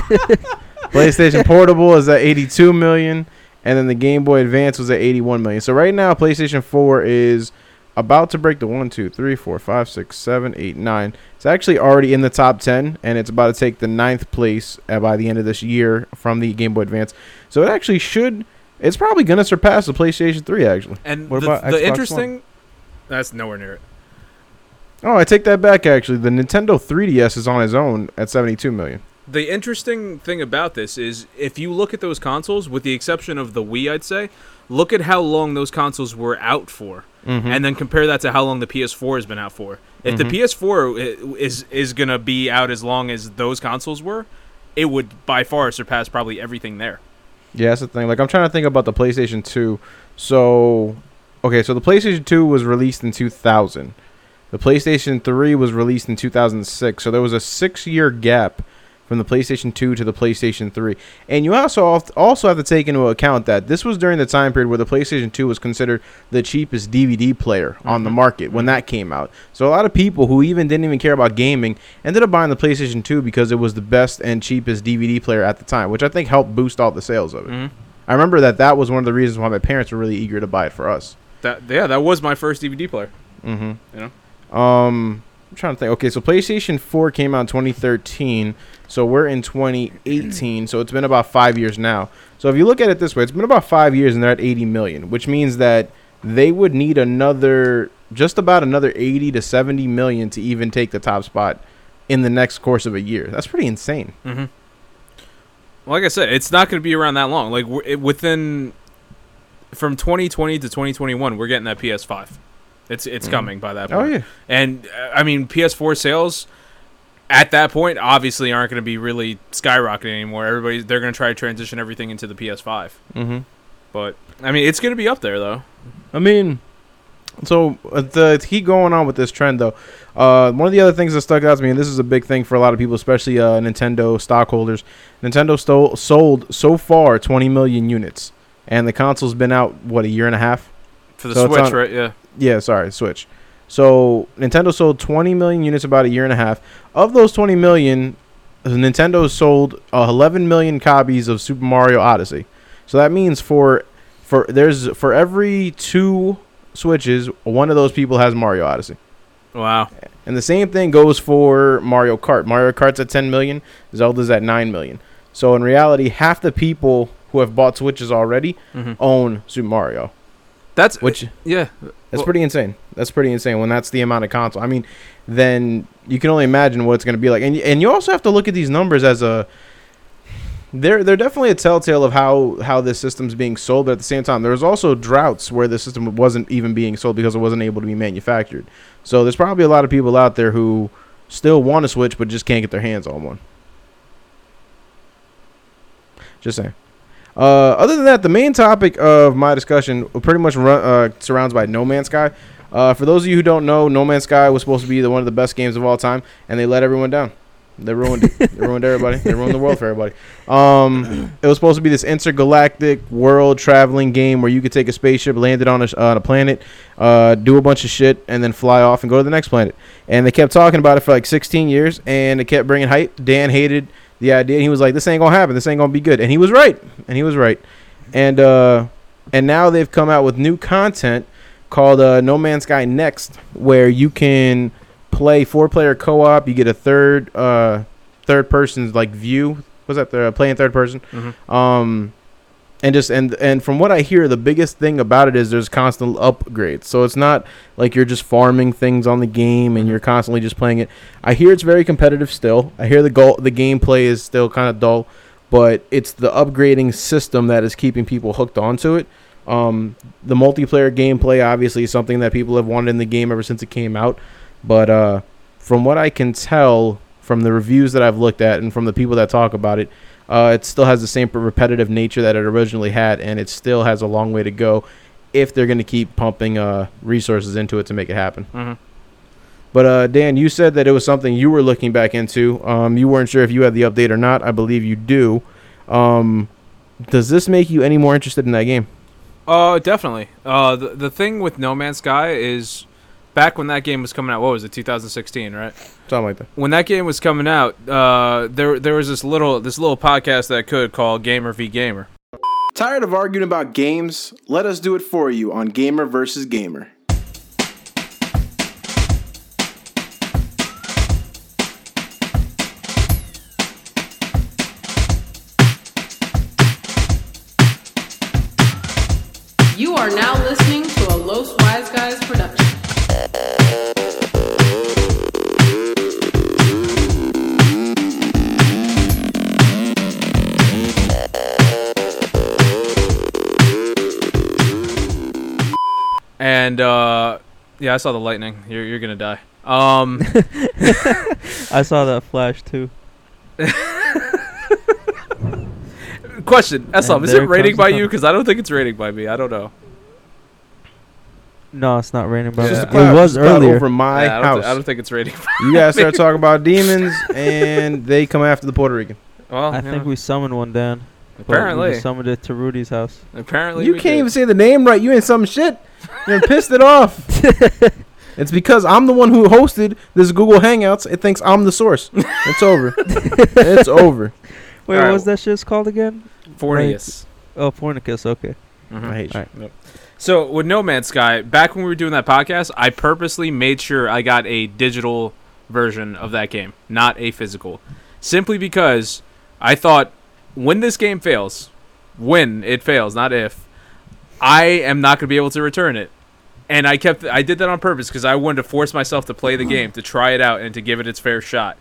S2: PlayStation Portable is at 82 million, and then the Game Boy Advance was at 81 million. So right now, PlayStation 4 is about to break the one, two, three, four, five, six, seven, eight, nine. It's actually already in the top 10, and it's about to take the ninth place uh, by the end of this year from the Game Boy Advance. So it actually should. It's probably going to surpass the PlayStation 3, actually.
S3: And
S4: What
S3: the,
S4: about
S3: the
S4: Xbox
S3: interesting. That's nowhere near it.
S2: Oh, I take that back. Actually, the Nintendo 3DS is on its own at 72 million.
S3: The interesting thing about this is if you look at those consoles, with the exception of the Wii, I'd say, look at how long those consoles were out for. and then compare that to how long the PS4 has been out for. If
S2: Mhm.
S3: the PS4 i- is is gonna be out as long as those consoles were, it would by far surpass probably everything there.
S2: yeah, that's the thing. Like, I'm trying to think about the PlayStation 2. So, okay, so the PlayStation 2 was released in 2000. The PlayStation 3 was released in 2006. So there was a six-year gap from the PlayStation 2 to the PlayStation 3. And you also have- also have to take into account that this was during the time period where the PlayStation 2 was considered the cheapest DVD player on the
S3: Mhm.
S2: market when that came out. So a lot of people who even didn't even care about gaming ended up buying the PlayStation 2 because it was the best and cheapest DVD player at the time, which I think helped boost all the sales of it.
S3: Mm-hmm.
S2: I remember that that was one of the reasons why my parents were really eager to buy it for us.
S3: That yeah, that was my first DVD player.
S2: Mm-hmm.
S3: You
S2: know. Um, I'm trying to think. Okay, so PlayStation 4 came out in 2013, so we're in 2018, so it's been about five years now. So if you look at it this way, it's been about five years, and they're at 80 million, which means that they would need another, just about another 80 to 70 million to even take the top spot in the next course of a year. That's pretty insane.
S3: Mm-hmm. Like I said, it's not going to be around that long. Like w- it, within from 2020 to 2021, we're getting that PS5. It's it's coming by that point.
S2: Oh yeah,
S3: And uh, I mean, PS4 sales at that point obviously aren't going to be really skyrocketing anymore. Everybody they're going to try to transition everything into the PS5.
S2: mm-hmm.
S3: But I mean, it's going to be up there though.
S2: I mean, so uh, the keep going on with this trend though. Uh, one of the other things that stuck out to me, and this is a big thing for a lot of people, especially uh, Nintendo stockholders. Nintendo stole, sold so far 20 million units, and the console's been out what a year and a half.
S3: For the
S2: So it's
S3: Switch,
S2: on-
S3: right? Yeah.
S2: Yeah, sorry, Switch. So Nintendo sold 20 million units about a year and a half. Of those 20 million, Nintendo sold uh, 11 million copies of Super Mario Odyssey. So that means for for there's for every two Switches, one of those people has Mario Odyssey.
S3: Wow.
S2: And the same thing goes for Mario Kart. Mario Kart's at 10 million, Zelda's at 9 million. So in reality, half the people who have bought Switches already
S3: Mhm.
S2: own Super Mario,
S3: That's
S2: Mm-hmm.
S3: uh,
S2: which
S3: yeah.
S2: that's
S3: Well-
S2: pretty insane. That's pretty insane when that's the amount of console. I mean, then you can only imagine what it's going to be like. And y- and you also have to look at these numbers as a they're they're definitely a telltale of how how this system's being sold, but at the same time, there's also droughts where the system wasn't even being sold because it wasn't able to be manufactured. So there's probably a lot of people out there who still want to switch but just can't get their hands on one. Just saying. Uh, other than that, the main topic of my discussion pretty much ru- uh, surrounds by No Man's Sky. Uh, for those of you who don't know, No Man's Sky was supposed to be the, one of the best games of all time, and they let everyone down. They ruined it. they ruined everybody. They ruined the world for everybody. Um, it was supposed to be this intergalactic world traveling game where you could take a spaceship, land it on a, sh- on a planet, uh, do a bunch of shit, and then fly off and go to the next planet. And they kept talking about it for like 16 years, and it kept bringing hype. Dan hated the idea. He was like, "This ain't gonna happen. This ain't gonna be good." And he was right. And he was right. And uh, and now they've come out with new content called uh, No Man's Sky Next, where you can play four-player co-op. You get a third uh, third person's like view. Was that the playing third person?
S3: Mhm.
S2: Um, and just and and from what I hear, the biggest thing about it is there's constant upgrades. So it's not like you're just farming things on the game and you're constantly just playing it. I hear it's very competitive still. I hear the goal, the gameplay is still kind of dull, but it's the upgrading system that is keeping people hooked onto it. Um, the multiplayer gameplay obviously is something that people have wanted in the game ever since it came out, but uh, from what I can tell from the reviews that I've looked at and from the people that talk about it, uh, it still has the same repetitive nature that it originally had, and it still has a long way to go if they're going to keep pumping uh, resources into it to make it happen.
S3: Mhm.
S2: But uh, Dan, you said that it was something you were looking back into. Um, you weren't sure if you had the update or not. I believe you do. Um, does this make you any more interested in that game?
S3: Uh, definitely. Uh, the, the thing with No Man's Sky is back when that game was coming out. What was it? 2016, right?
S2: Something like that.
S3: When that game was coming out, uh, there there was this little this little podcast that I could called Gamer v Gamer.
S2: Tired of arguing about games? Let us do it for you on Gamer versus Gamer.
S5: You are now listening to a Los Wise Guys production.
S3: And uh, yeah, I saw the lightning. You're you're gonna die. Um,
S4: I saw that flash too.
S3: question: Eslam,
S4: And
S3: is
S4: there
S3: it rating
S4: comes
S3: by
S4: the-
S3: you? Because I don't think it's rating by me. I don't know.
S4: No, it's not raining, bro.
S3: It's just a
S4: It was earlier.
S2: over my
S3: Yeah, I, don't
S2: house.
S3: thi- I don't think it's rating. By
S2: you guys start talking about demons, and they come after the Puerto Rican.
S3: well,
S4: I
S3: you
S4: think
S3: know,
S4: we summoned one down. but we
S3: apparently,
S4: just summoned it to Rudy's house.
S3: apparently
S2: you
S3: we
S2: can't
S3: did.
S2: even say the name right. You ain't some shit. You done pissed it off. It's because I'm the one who hosted this Google Hangouts. It thinks I'm the source. It's over. it's over.
S4: Wait,
S3: Alright.
S4: what was that shit called again?
S3: Fornius.
S4: Oh, Fornicus. Okay.
S3: Mhm.
S2: I hate you.
S4: Alright.
S3: So with No Man's Sky, back when we were doing that podcast, I purposely made sure I got a digital version of that game, not a physical, simply because I thought when this game fails, when it fails, not if, I am not going to be able to return it. And I kept I did that on purpose because I wanted to force myself to play the game, to try it out, and to give it its fair shot.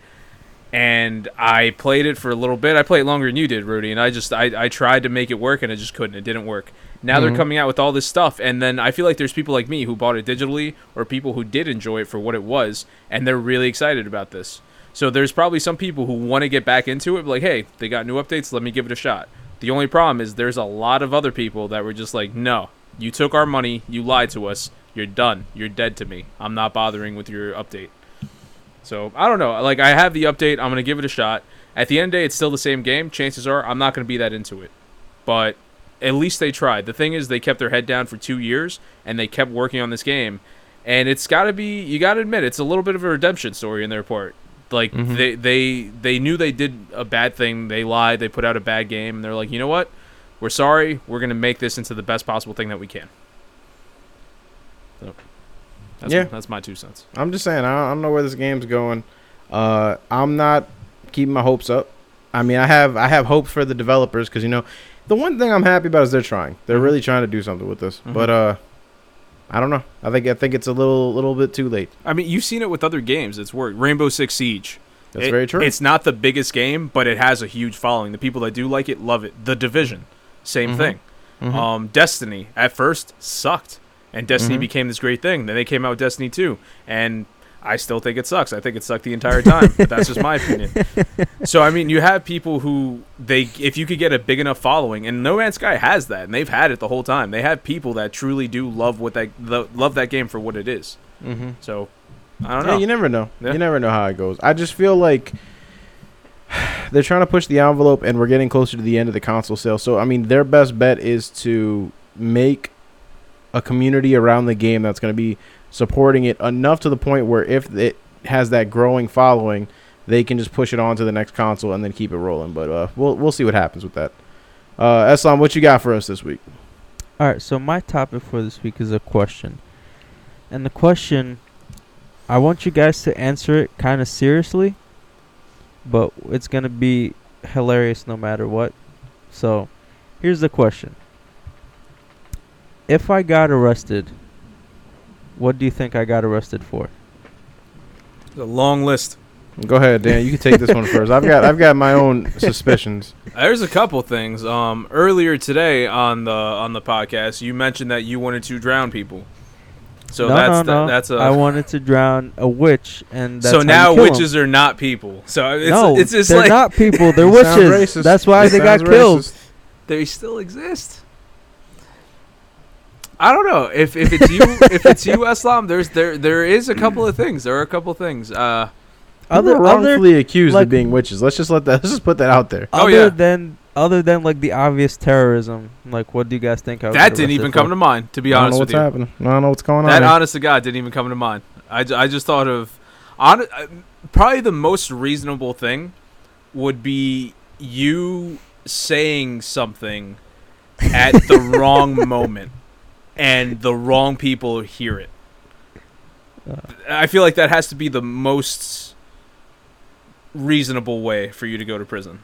S3: And I played it for a little bit. I played it longer than you did, Rudy. And I just I, I tried to make it work, and it just couldn't. It didn't work. Now
S4: Mhm.
S3: they're coming out with all this stuff, and then I feel like there's people like me who bought it digitally, or people who did enjoy it for what it was, and they're really excited about this. So there's probably some people who want to get back into it, but like, hey, they got new updates, let me give it a shot. The only problem is there's a lot of other people that were just like, no, you took our money, you lied to us, you're done, you're dead to me. I'm not bothering with your update. So I don't know. Like I have the update, I'm gonna give it a shot. At the end of the day, it's still the same game. Chances are I'm not gonna be that into it. But at least they tried. The thing is they kept their head down for two years and they kept working on this game. And it's gotta be you gotta admit it's a little bit of a redemption story in their part. Like
S2: Mhm.
S3: they, they they knew they did a bad thing, they lied, they put out a bad game, and they're like, you know what? We're sorry, we're gonna make this into the best possible thing that we can. So that's,
S2: Yeah.
S3: that's my two cents.
S2: I'm just saying, I don't, I don't know where this game's going. Uh, I'm not keeping my hopes up. I mean, I have I have hopes for the developers because you know, the one thing I'm happy about is they're trying. They're really trying to do something with this.
S3: Mhm.
S2: But uh, I don't know. I think I think it's a little little bit too late.
S3: I mean, you've seen it with other games. It's worked. Rainbow Six Siege.
S2: That's
S3: It-
S2: very true.
S3: It's not the biggest game, but it has a huge following. The people that do like it love it. The Division, same
S2: Mhm.
S3: thing.
S2: Mhm.
S3: Um, Destiny at first sucked, and Destiny
S2: Mhm.
S3: became this great thing. Then they came out with Destiny Two, and I still think it sucks. I think it sucked the entire time. but that's just my opinion. So I mean, you have people who they, if you could get a big enough following, and No Man's Sky has that, and they've had it the whole time. They have people that truly do love what that lo- love that game for what it is.
S2: mm-hmm.
S3: So I don't
S2: Yeah,
S3: know.
S2: you never know.
S3: Yeah.
S2: You never know how it goes. I just feel like they're trying to push the envelope, and we're getting closer to the end of the console sale. So, I mean, their best bet is to make a community around the game that's going to be supporting it enough to the point where if it has that growing following, they can just push it on to the next console and then keep it rolling. But uh, we'll we'll see what happens with that. Uh, Eslam, what you got for us this week?
S4: All right, so my topic for this week is a question. And the question I want you guys to answer it kind of seriously, but it's going to be hilarious no matter what. So, here's the question. If I got arrested, what do you think I got arrested for?
S3: a long list.
S2: Go ahead, Dan. You can take this one first. I've got I've got my own suspicions.
S3: There's a couple things. Um, earlier today on the on the podcast, you mentioned that you wanted to drown people. So
S4: No,
S3: that's
S4: no, no.
S3: The, that's a.
S4: I wanted to drown a witch and that's
S3: so
S4: how you
S3: now
S4: kill 'em.
S3: witches are not people. So it's
S4: no,
S3: it's just
S4: they're
S3: like
S4: not people, they're
S2: You sound
S4: witches.
S2: racist.
S4: That's why
S2: You
S4: they got
S2: sound
S4: killed.
S2: racist.
S3: they still exist. I don't know if, if it's you if it's you Islam. There's there there is a couple of things. There are a couple of things. Uh,
S2: Other,
S4: Other other
S2: wrongfully accused
S4: like-
S2: of being witches. Let's just let that. Let's just put that out there.
S3: Oh,
S4: other
S3: yeah.
S4: than other than like the obvious terrorism, like what do you guys think? I would
S3: that
S4: get
S3: didn't even
S4: arrested
S3: come to
S4: for?
S3: mind. To be
S2: I don't know
S3: honest
S2: what's
S3: with you,
S2: happening. I don't know what's going on.
S3: That
S2: here.
S3: honest to God didn't even come to mind. I, ju- I just thought of on, uh, probably the most reasonable thing would be you saying something at the wrong moment and the wrong people hear it.
S4: Uh.
S3: I feel like that has to be the most reasonable way for you to go to prison.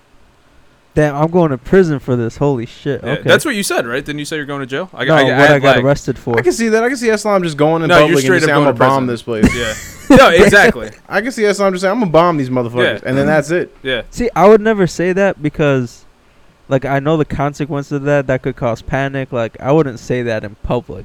S4: Damn, I'm going to prison for this. Holy shit!
S3: Yeah,
S4: Okay,
S3: That's what you said, right? Didn't you say you're going to jail? I,
S4: no,
S3: I, I
S4: what I,
S3: had
S4: got
S3: lag.
S4: arrested for.
S2: I can see that. I can see Islam just going in
S3: No, you're
S2: public and
S3: straight
S2: just saying,
S3: up
S2: "I'm gonna
S3: going to
S2: bomb
S3: prison."
S2: this place."
S3: Yeah. No, exactly.
S2: I can see Islam just saying, "I'm gonna bomb these motherfuckers,"
S3: Yeah.
S2: and then that's it.
S3: Yeah.
S4: See, I would never say that because, like, I know the consequences of that. That could cause panic. Like, I wouldn't say that in public.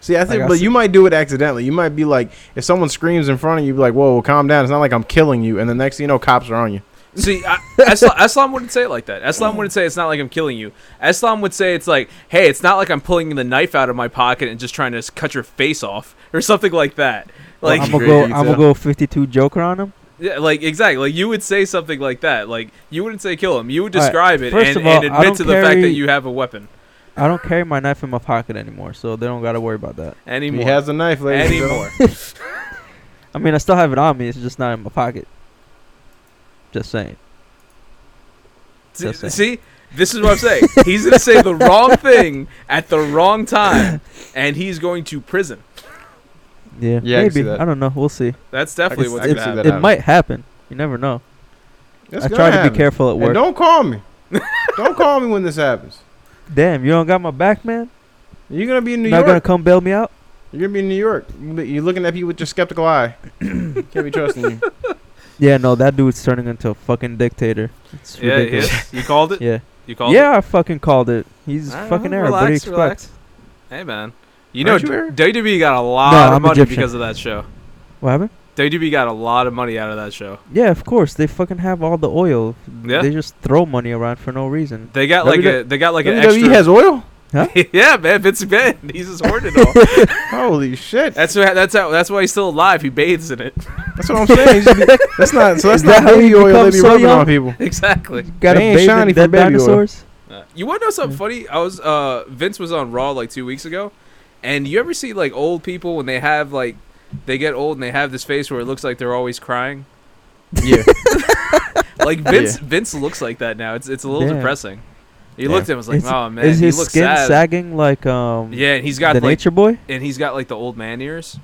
S2: See, I think,
S4: Like, I
S2: but
S4: see-
S2: you might do it accidentally. You might be like, if someone screams in front of you, be like, "Whoa, calm down." It's not like I'm killing you, and the next thing you know, cops are on you.
S3: See, I, Eslam, Eslam wouldn't say it like that. Eslam wouldn't say it's not like I'm killing you. Eslam would say it's like, hey, it's not like I'm pulling the knife out of my pocket and just trying to s- cut your face off or something like that. Like,
S4: I'm
S2: Well,
S4: gonna go.
S2: Great
S4: I'm gonna
S2: detail.
S4: go 52 Joker on him.
S3: yeah, like exactly. Like you would say something like that. Like you wouldn't say kill him. You would
S4: All right,
S3: describe it
S4: first
S3: and,
S4: of all,
S3: and
S4: I
S3: admit
S4: don't
S3: to the fact that
S4: carry-
S3: you have a weapon
S4: I don't carry my knife in my pocket anymore, so they don't gotta worry about that.
S3: anymore.
S2: He has a knife, ladies. and gentlemen.
S3: anymore.
S4: I mean, I still have it on me. It's just not in my pocket. Just saying.
S3: See,
S4: Just saying.
S3: see? this is what I'm saying. He's gonna say the wrong thing at the wrong time, and he's going to prison.
S4: Yeah.
S2: Yeah, I can see
S4: maybe.
S2: that.
S4: I don't know. We'll see.
S3: That's definitely
S2: I
S3: what's
S2: can
S3: gonna
S2: see
S3: happen.
S2: that
S4: It
S2: happens.
S4: might happen. You never know.
S2: It's
S4: I
S2: gonna
S4: try to
S2: happen.
S4: be careful at
S2: And
S4: work.
S2: don't call me. don't call me when this happens.
S4: Damn, you don't got my back, man.
S2: You're gonna be in New
S4: You're
S2: York.
S4: not gonna come bail me out.
S2: You're gonna be in New York. You're looking at people with your skeptical eye. Can't be trusting you.
S4: Yeah, no, that dude's turning into a fucking dictator. It's
S3: Yeah,
S4: ridiculous.
S3: yeah, you called it.
S4: Yeah.
S3: You called it?
S4: yeah, I fucking called it. He's
S3: All right,
S4: fucking
S3: well,
S4: Arab. What do you
S3: relax,
S4: expect?
S3: relax. Hey, man. You know,
S2: Aren't you
S3: D-
S2: Arab?
S3: WWE got a
S4: No,
S3: lot of
S4: I'm
S3: money
S4: Egyptian.
S3: because of that show.
S4: What happened?
S3: WWE got a lot of money out of that show.
S4: Yeah, of course. They fucking have all the oil.
S3: Yeah.
S4: They just throw money around for no reason.
S3: They got like
S2: WWE
S3: a they got like an
S2: WWE
S3: extra.
S2: E has oil.
S3: yeah, man, Vince McMahon. He's just hoarding it all.
S2: Holy shit!
S3: That's why that's how that's why he's still alive. He bathes in it.
S2: That's what I'm saying. He's gonna be- that's not. So that's
S4: Is
S2: not
S4: that how
S2: baby
S4: you
S2: oil
S4: become
S2: they be
S4: so
S2: rubbing
S4: young?
S2: on people.
S3: Exactly.
S4: Got
S2: They ain't
S4: bathe in
S2: shiny for
S4: dead
S2: baby oil.
S4: dinosaurs.
S3: Uh, You want to know something funny? I was uh Vince was on Raw like two weeks ago, and you ever see like old people when they have like they get old and they have this face where it looks like they're always crying.
S2: Yeah.
S3: Like Vince Vince looks like that now. It's it's a little
S4: Yeah.
S3: depressing. He
S2: Yeah.
S3: looked at him and was like,
S4: It's-
S3: oh man,
S4: Is
S3: he
S4: his
S3: looks
S4: skin
S3: sad.
S4: sagging like um?
S3: Yeah, and he's got
S4: the
S3: like
S4: Nature Boy.
S3: and he's got like the old man ears.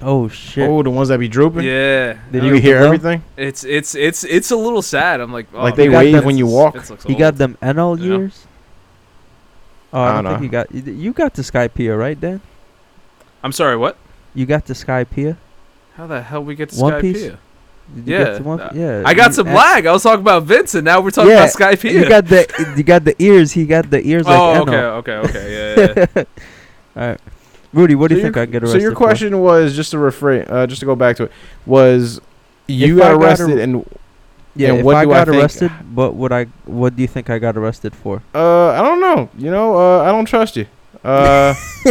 S4: Oh shit.
S2: oh, the ones that be drooping.
S3: Yeah,
S4: Did
S2: Did
S3: Uh,
S2: you
S4: he
S2: hear
S4: go?
S2: everything?
S3: It's it's it's it's a little sad. I'm like, oh,
S2: Like, they
S3: man,
S4: wave
S3: Vince
S2: when you
S3: is-
S2: walk.
S3: Vince looks
S4: He
S3: old.
S4: got them NL
S3: You know?
S4: years. Oh, I
S2: I
S4: don't
S2: dunno.
S4: think you got. You you got the Skypea, right, Dan?
S3: I'm sorry, what?
S4: You got the Skypea.
S3: How the hell we get to
S4: One
S3: Skype
S4: Piece?
S3: here?
S4: Did you get
S3: Yeah,
S4: the one-
S3: uh,
S4: yeah.
S3: I got
S4: you
S3: some
S4: a-
S3: lag. I was talking about Vince, and now we're talking
S4: Yeah,
S3: about Skype here.
S4: You got the. You got the ears. He got the ears
S3: oh,
S4: like
S3: okay,
S4: NL.
S3: okay, okay. Yeah, yeah, yeah.
S4: All right, Rudy. What
S2: So
S4: do you think
S2: your-
S4: I can get
S2: So
S4: arrested
S2: your
S4: for?
S2: question was just to refra- uh, just to go back to it was you
S4: If I
S2: got
S4: got
S2: arrested
S4: ar-
S2: and
S4: Yeah,
S2: And
S4: if
S2: what
S4: I
S2: do I
S4: got
S2: think-
S4: arrested, but what I what do you think I got arrested for?
S2: uh I don't know you know uh, I don't trust you uh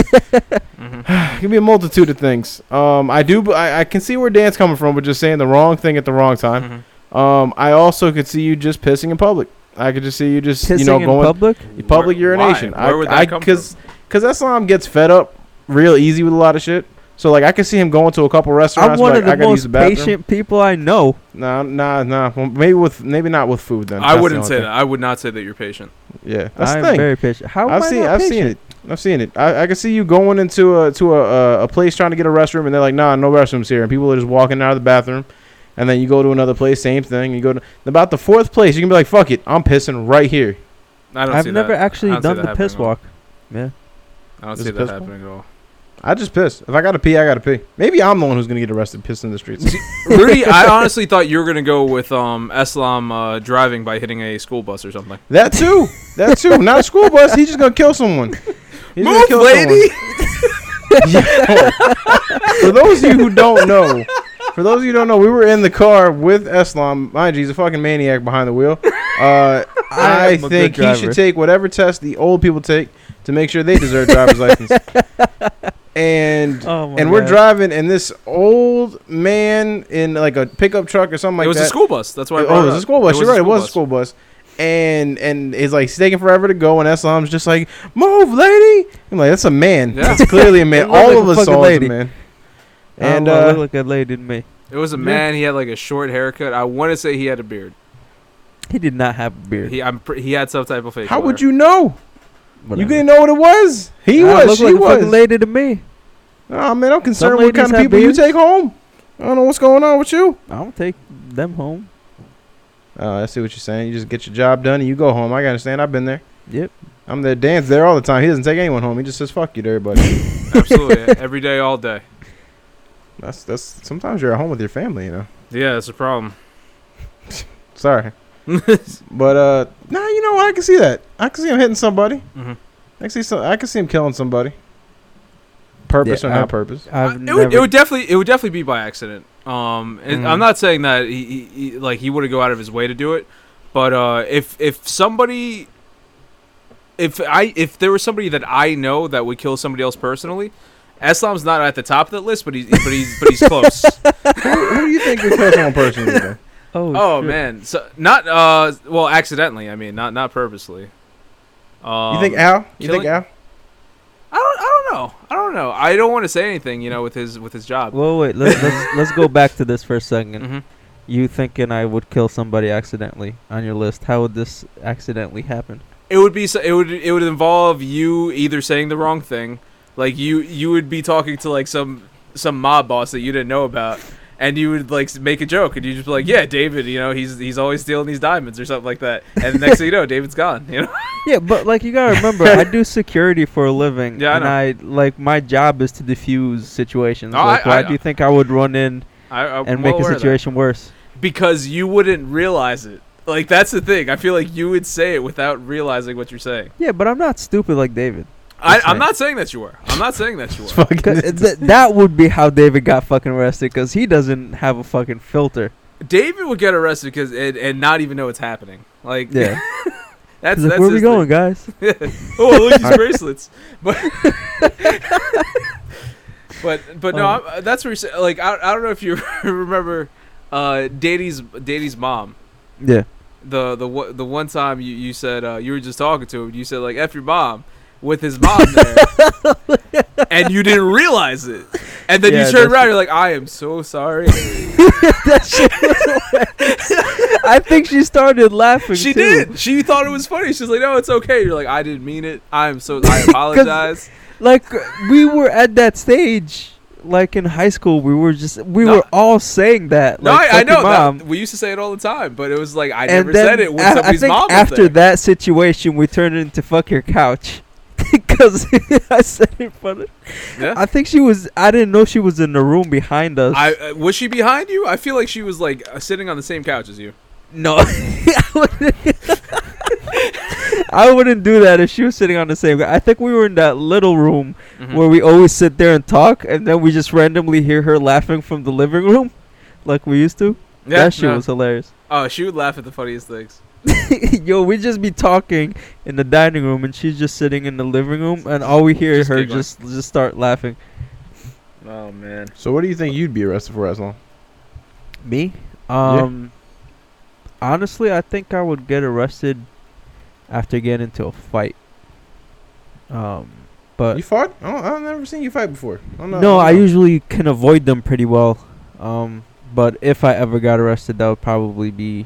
S3: Mhm.
S2: it can be a multitude of things um I do b- I, I can see where Dan's coming from but just saying the wrong thing at the wrong time
S3: Mhm.
S2: um I also could see you just pissing in public I could just see you just
S4: Pissing
S2: you know
S4: in
S2: going
S4: public?
S2: public
S3: Why?
S2: urination
S3: Where would that
S2: I,
S3: come
S2: because because Islam gets fed up real easy with a lot of shit so like I could see him going to a couple restaurants
S4: I'm
S2: be
S4: one
S2: like,
S4: of the
S2: I gotta use
S4: most
S2: the bathroom.
S4: patient people I know.
S2: Nah, nah, nah. Well, maybe with maybe not with food then.
S3: I
S2: That's the
S3: wouldn't
S2: only
S3: say
S2: thing.
S3: that. I would not say that you're patient.
S2: Yeah, that's
S4: I'm
S2: the thing.
S4: very patient. How am
S2: I've
S4: I
S2: seen,
S4: not
S2: I've seen
S4: patient?
S2: it. I've seen it. I, I can see you going into a to a, a a place trying to get a restroom, and they're like, "Nah, no restrooms here," and people are just walking out of the bathroom. And then you go to another place, same thing. You go to about the fourth place, you can be like, "Fuck it, I'm pissing right here."
S3: I don't
S4: I've
S3: see
S4: never
S3: that. I
S4: actually
S3: don't see
S4: done
S3: that
S4: the
S3: happening
S4: piss
S3: at all.
S4: walk. Yeah.
S3: I don't
S2: Is
S3: see
S2: it
S3: that
S2: pissable?
S3: happening at all.
S2: I just piss. If I gotta pee, I gotta pee. Maybe I'm the one who's gonna get arrested pissing in the streets.
S3: Rudy, I honestly thought you were gonna go with um Islam uh, driving by hitting a school bus or something.
S2: that too. That too. Not a school bus. He's just gonna kill someone. He's gonna
S3: Move,
S2: kill someone.
S3: lady.
S2: Yo. for those of you who don't know, for those of you who don't know, we were in the car with Eslam. Mind you, he's a fucking maniac behind the wheel. Uh,
S4: I am
S2: I,
S4: a good
S2: think he
S4: driver.
S2: should take whatever test the old people take to make sure they deserve driver's license. And
S4: Oh my
S2: and we're driving, and this old man in like a pickup truck or something like
S3: it was
S2: that.
S3: a school bus. That's why. I brought
S2: Oh, it was
S3: up.
S2: a school bus. You're right. It was a
S3: bus.
S2: school bus. And and it's like it's taking forever to go, and Eslam's just like, "Move, lady." I'm like, "That's a man.
S3: Yeah.
S2: That's clearly a man.
S4: It looked
S2: All
S4: like
S2: of
S4: a
S2: us
S4: fucking
S2: saw lady.
S4: lady.
S2: man." And
S4: And I look
S2: uh,
S4: like a lady in me.
S3: It was a
S2: Yeah.
S3: man. He had like a short haircut. I want to say he had a beard.
S4: He did not have a beard.
S3: He I'm pr- he had some type of facial.
S2: how would
S3: hair.
S2: you know?
S4: Whatever.
S2: You didn't know what it was. He
S4: I
S2: was.
S4: look
S2: She
S4: like a
S2: was.
S4: fucking lady to me.
S2: Oh man, I'm concerned what
S4: ladies
S2: kind of
S4: have
S2: people
S4: beards.
S2: you take home. I don't know what's going on with you.
S4: I don't take them home.
S2: Uh, I see what you're saying. You just get your job done and you go home. I gotta understand. I've been there.
S4: Yep.
S2: I'm there. Dan's there all the time. He doesn't take anyone home. He just says fuck you to everybody.
S3: Absolutely, every day, all day.
S2: that's that's. Sometimes you're at home with your family. You know.
S3: Yeah, that's a problem.
S2: Sorry. But uh, nah, you know what? I can see that. I can see him hitting somebody.
S3: Mhm.
S2: I can see some, I can see him killing somebody. Purpose
S4: Yeah,
S2: or
S4: I-
S2: not purpose?
S4: I've
S3: Uh, it,
S4: never. Mm.
S3: would, it would definitely it would definitely be by accident. Um, and
S2: Mhm.
S3: I'm not saying that he, he, he like he would go out of his way to do it, but uh, if if somebody, if I if there was somebody that I know that would kill somebody else personally, Islam's not at the top of the list, but he's but he's but he's close.
S2: who, who do you think would kill someone personally? though?
S4: oh
S3: oh
S4: shit.
S3: man, so not uh well accidentally. I mean not not purposely. Um,
S2: you think Al? You think
S3: killing-
S2: Al?
S3: I don't I don't know I don't know I don't want to say anything you know with his with his job.
S4: Well, wait. Let's let's, let's go back to this for a second.
S3: Mhm.
S4: You thinking I would kill somebody accidentally on your list? How would this accidentally happen?
S3: It would be so- it would it would involve you either saying the wrong thing, like you you would be talking to like some some mob boss that you didn't know about, and you would like s- make a joke, and you just be like, yeah, David, you know, he's he's always stealing these diamonds or something like that, and next thing you know, David's gone, you know.
S4: Yeah, but like you gotta remember, I do security for a living,
S3: Yeah, I
S4: and I like my job is to defuse situations.
S3: Oh, I-
S4: like,
S3: I-
S4: why do you think I would run in
S3: I, I'm
S4: and
S3: well
S4: make a
S3: aware of that.
S4: situation worse?
S3: because you wouldn't realize it. Like that's the thing. I feel like you would say it without realizing what you're saying.
S4: Yeah, but I'm not stupid like David.
S3: I,
S4: That's
S3: I'm
S4: right.
S3: not saying that you were. I'm not saying that you
S2: It's
S3: were.
S4: Cause
S2: fucking.
S4: th- that would be how David got fucking arrested because he doesn't have a fucking filter.
S3: David would get arrested because and, and not even know it's happening. Like
S4: Yeah.
S3: that's, that's
S4: He's like, where are we
S3: his thing.
S4: going, guys?
S3: oh, look at these bracelets. But but but no,
S4: Um,
S3: I'm, that's where you say, like I, I don't know if you remember uh Danny's Danny's mom.
S4: Yeah.
S3: The the one- the one time you you said uh, you were just talking to him, you said like "f your mom" with his mom there, and you didn't realize it. And then
S4: Yeah,
S3: you
S4: that's-
S3: turned around, you're like, "I am so sorry."
S4: that shit was hilarious. I think she started laughing.
S3: she
S4: too.
S3: did. She thought it was funny. She's like, "No, it's okay." You're like, "I didn't mean it. I'm so I apologize."
S4: Like we were at that stage, like in high school, we were just we
S3: No.
S4: were all saying that.
S3: No,
S4: like,
S3: I, I
S4: "Fuck your
S3: know.
S4: mom.
S3: That, we used to say it all the time, but it was like I
S4: and
S3: never
S4: then
S3: said it when
S4: a-
S3: somebody's
S4: I think
S3: mom was
S4: after
S3: there.
S4: that situation, we turned it into fuck your couch. Because I said it in front of.
S3: Yeah.
S4: I think she was. I didn't know she was in the room behind us.
S3: I uh, was she behind you? I feel like she was like uh, sitting on the same couch as you.
S4: No. I wouldn't do that if she was sitting on the same. I think we were in that little room
S3: Mm-hmm.
S4: where we always sit there and talk, and then we just randomly hear her laughing from the living room, like we used to.
S3: Yeah,
S4: that shit
S3: no.
S4: was hilarious.
S3: Oh, she would laugh at the funniest things.
S4: Yo, we just be talking in the dining room, and she's just sitting in the living room, and all we hear is
S3: Just
S4: her
S3: giggling.
S4: just just start laughing.
S3: Oh man.
S2: So what do you think you'd be arrested for, Aslan?
S4: Me?
S2: Yeah.
S4: Um. Honestly, I think I would get arrested after getting into a fight. Um, but
S2: You fought? Oh, I've never seen you fight before. I don't know.
S4: no, I usually can avoid them pretty well. Um, but if I ever got arrested, that would probably be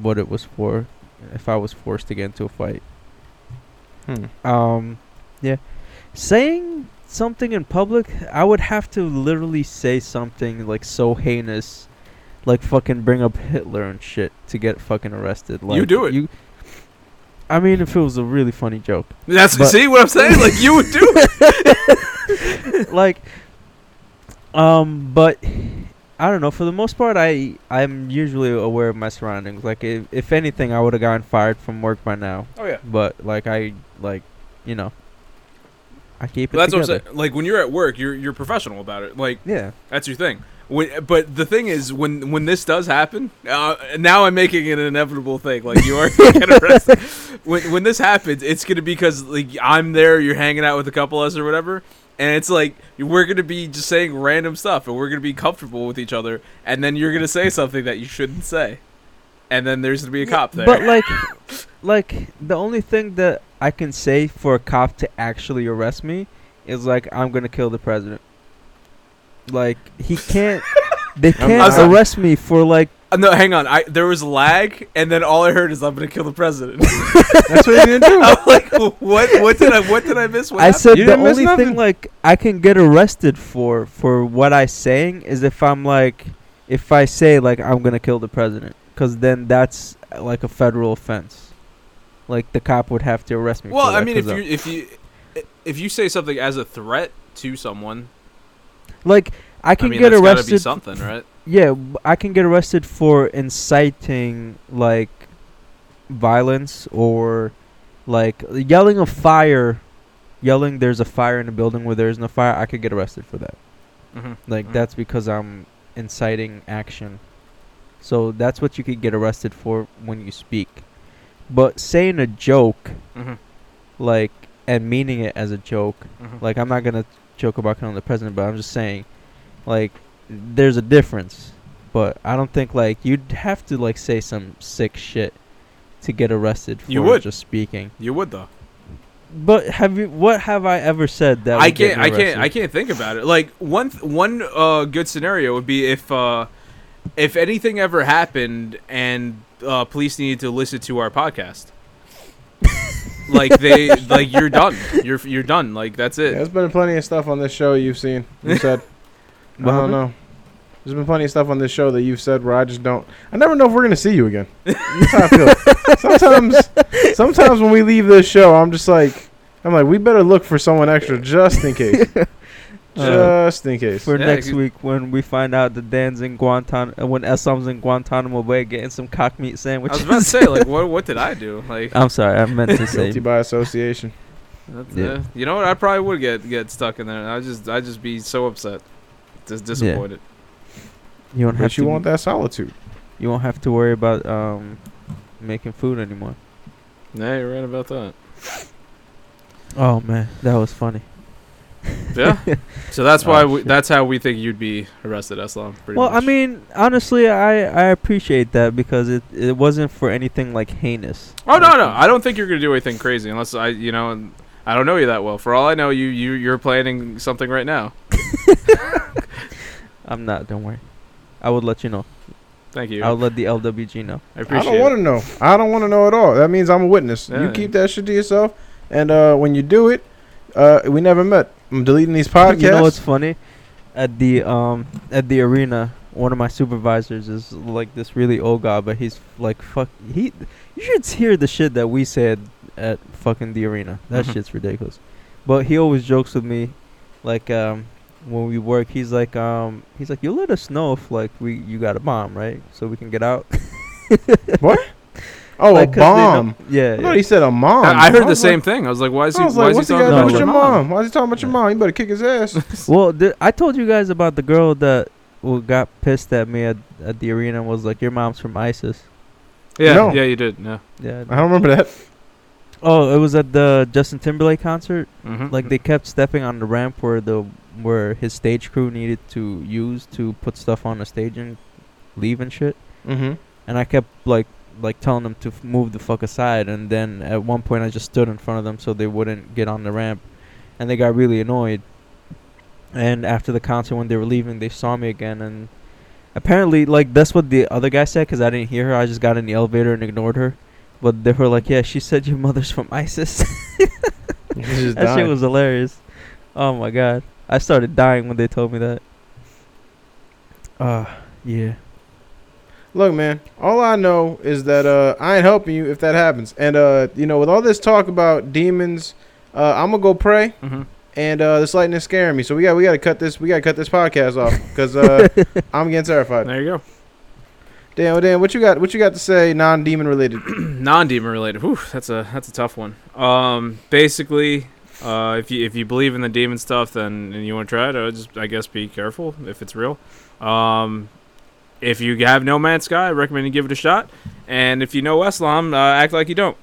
S4: what it was for. If I was forced to get into a fight.
S2: Hmm.
S4: Um, yeah, saying something in public, I would have to literally say something like so heinous, like fucking bring up Hitler and shit to get fucking arrested. Like
S3: do it.
S4: You, I mean, if it was a really funny joke,
S3: That's
S4: But-
S3: see what I'm saying. Like you would do. it.
S4: like, um, but I don't know. For the most part, I I'm usually aware of my surroundings. Like, if if anything, I would have gotten fired from work by now.
S3: Oh yeah.
S4: But like, I like, you know, I keep it.
S3: Well, that's what I'm
S4: together.
S3: saying. Like when you're at work, you're you're professional about it. Like
S4: Yeah.
S3: that's your thing. When, but the thing is, when when this does happen, uh, now I'm making it an inevitable thing. Like you are gonna get arrested. When when this happens, it's gonna be because like I'm there, you're hanging out with a couple of us or whatever, and it's like we're gonna be just saying random stuff, and we're gonna be comfortable with each other, and then you're gonna say something that you shouldn't say, and then there's gonna be a cop there.
S4: But like, like the only thing that I can say for a cop to actually arrest me is like I'm gonna kill the president. Like he can't. They can't
S3: sorry.
S4: arrest me for like.
S3: Uh, no, hang on. I there was lag, and then all I heard is I'm gonna kill the president.
S2: That's what you're gonna do.
S3: I'm like, what? What did I? What did I miss? What
S4: I
S3: happened?
S4: said
S2: You
S4: the
S2: didn't miss
S4: only
S2: nothing.
S4: thing like I can get arrested for for what I saying is if I'm like if I say like I'm gonna kill the president because then that's uh, like a federal offense. Like the cop would have to arrest me.
S3: Well,
S4: for
S3: I
S4: that
S3: mean, if
S4: 'cause
S3: you if you if you say something as a threat to someone,
S4: Like I
S3: I
S4: can
S3: mean,
S4: get
S3: that's gotta be
S4: arrested.
S3: something, right?
S4: Yeah, b- I can get arrested for inciting like violence or like yelling a fire, yelling there's a fire in a building where there is no fire. I could get arrested for that.
S3: Mhm.
S4: Like
S3: Mhm.
S4: that's because I'm inciting action. So that's what you could get arrested for when you speak. But saying a joke
S3: Mhm.
S4: like and meaning it as a joke
S3: Mhm.
S4: like I'm not gonna joke about killing the president, but I'm just saying, like, there's a difference. But I don't think like you'd have to like say some sick shit to get arrested for
S3: You would.
S4: just speaking.
S3: you would though.
S4: But have you? What have I ever said that
S3: I
S4: would get
S3: can't.
S4: me
S3: I can't. I
S4: arrested?
S3: can't think about it. Like one th- one uh, good scenario would be if uh, if anything ever happened and uh, police needed to listen to our podcast. like they like you're done. You're you're done. Like that's it.
S2: There's been plenty of stuff on this show you've seen. You said, I
S4: What
S2: don't know. There's been plenty of stuff on this show that you've said where I just don't. I never know if we're gonna see you again. That's how I feel. Sometimes, sometimes when we leave this show, I'm just like, I'm like, we better look for someone extra just in case.
S4: Uh,
S2: just in case.
S4: for
S3: Yeah,
S4: next
S3: you-
S4: week when we find out that Dan's in Guantanamo, when Essam's in Guantanamo Bay getting some cock
S3: I
S4: meat
S3: was
S4: sandwiches.
S3: about to say, like, what what did I do? Like,
S4: I'm sorry, I meant to say.
S2: Guilty by association.
S3: that's,
S4: yeah.
S3: uh, you know what? I probably would get get stuck in there. I would just I just be so upset, just disappointed.
S4: You won't have
S2: But you
S4: to.
S2: want that solitude.
S4: You won't have to worry about um making food anymore.
S3: Yeah, you're right about that.
S4: Oh man, that was funny.
S3: Yeah. so that's why
S4: Oh,
S3: we,
S4: shit.
S3: that's how we think you'd be arrested, Aslam. Pretty
S4: Well,
S3: much.
S4: I mean, honestly, I I appreciate that because it it wasn't for anything like heinous.
S3: Oh no,
S4: Like,
S3: no, I don't think you're gonna do anything crazy unless I, you know, and I don't know you that well. For all I know, you you you're planning something right now.
S4: I'm not. Don't worry. I would let you know.
S3: Thank you.
S4: I would let the LWG know.
S3: I
S2: I
S3: appreciate.
S2: don't want
S3: it.
S2: to know. I don't want to know at all. That means I'm a witness.
S3: Yeah,
S2: you
S3: yeah.
S2: keep that shit to yourself. And uh, when you do it, uh, we never met. I'm deleting these podcasts.
S4: You know what's funny? At the um at the arena, one of my supervisors is like this really old guy, but he's like fuck. He you should hear the shit that we said at fucking the arena. That
S2: Mm-hmm.
S3: Mhm.
S4: shit's ridiculous. But he always jokes with me, like um when we work, he's like um he's like you let us know if like we you got a bomb right so we can get out.
S2: oh, a
S4: Like, 'cause they
S2: bomb.
S4: don't- Yeah.
S2: I
S4: yeah.
S2: thought he said a mom.
S3: I, I heard the
S2: was
S3: same thing. I was like, why is
S2: Like,
S3: he?
S2: I was
S3: why
S2: like,
S3: is he
S2: what's he got
S3: talking
S2: to do
S3: about
S2: with
S4: your
S2: your
S3: mom?
S2: mom? Why is he talking about your
S4: Yeah.
S2: mom? You better kick his ass.
S4: Well, th- I told you guys about the girl that w- got pissed at me at, at the arena and was like, "Your mom's from ISIS."
S3: Yeah,
S2: No.
S3: yeah, you did. Yeah.
S4: Yeah.
S2: I don't remember that.
S4: Oh, it was at the Justin Timberlake concert.
S3: Mm-hmm.
S4: Like they kept stepping on the ramp where the where his stage crew needed to use to put stuff on the stage and leave and shit.
S2: Mm-hmm.
S4: And I kept like like telling them to f- move the fuck aside. And then at one point, I just stood in front of them so they wouldn't get on the ramp, and they got really annoyed. And after the concert, when they were leaving, they saw me again and. Apparently, like that's what the other guy said because I didn't hear her. I just got in the elevator and ignored her. But they were like, "Yeah, she said your mother's from ISIS." that shit was hilarious. Oh my god, I started dying when they told me that.
S3: Uh,
S4: Ah, yeah.
S2: Look, man, all I know is that uh, I ain't helping you if that happens. And, uh, you know, with all this talk about demons, uh, I'm going to go pray.
S3: Mm-hmm.
S2: And uh, this lightning is scaring me. So we got we got to cut this we got to cut this podcast off because uh, I'm getting terrified.
S3: There you go.
S2: Dan, oh, Dan, what you got? What you got to say? Non-demon related.
S3: non-demon related. Whew, that's a that's a tough one. Um, basically, uh, if you if you believe in the demon stuff, then and you want to try it, I would just I guess be careful if it's real. Um, if you have No Man's Sky, I recommend you give it a shot. And if you know Islam, uh, act like you don't.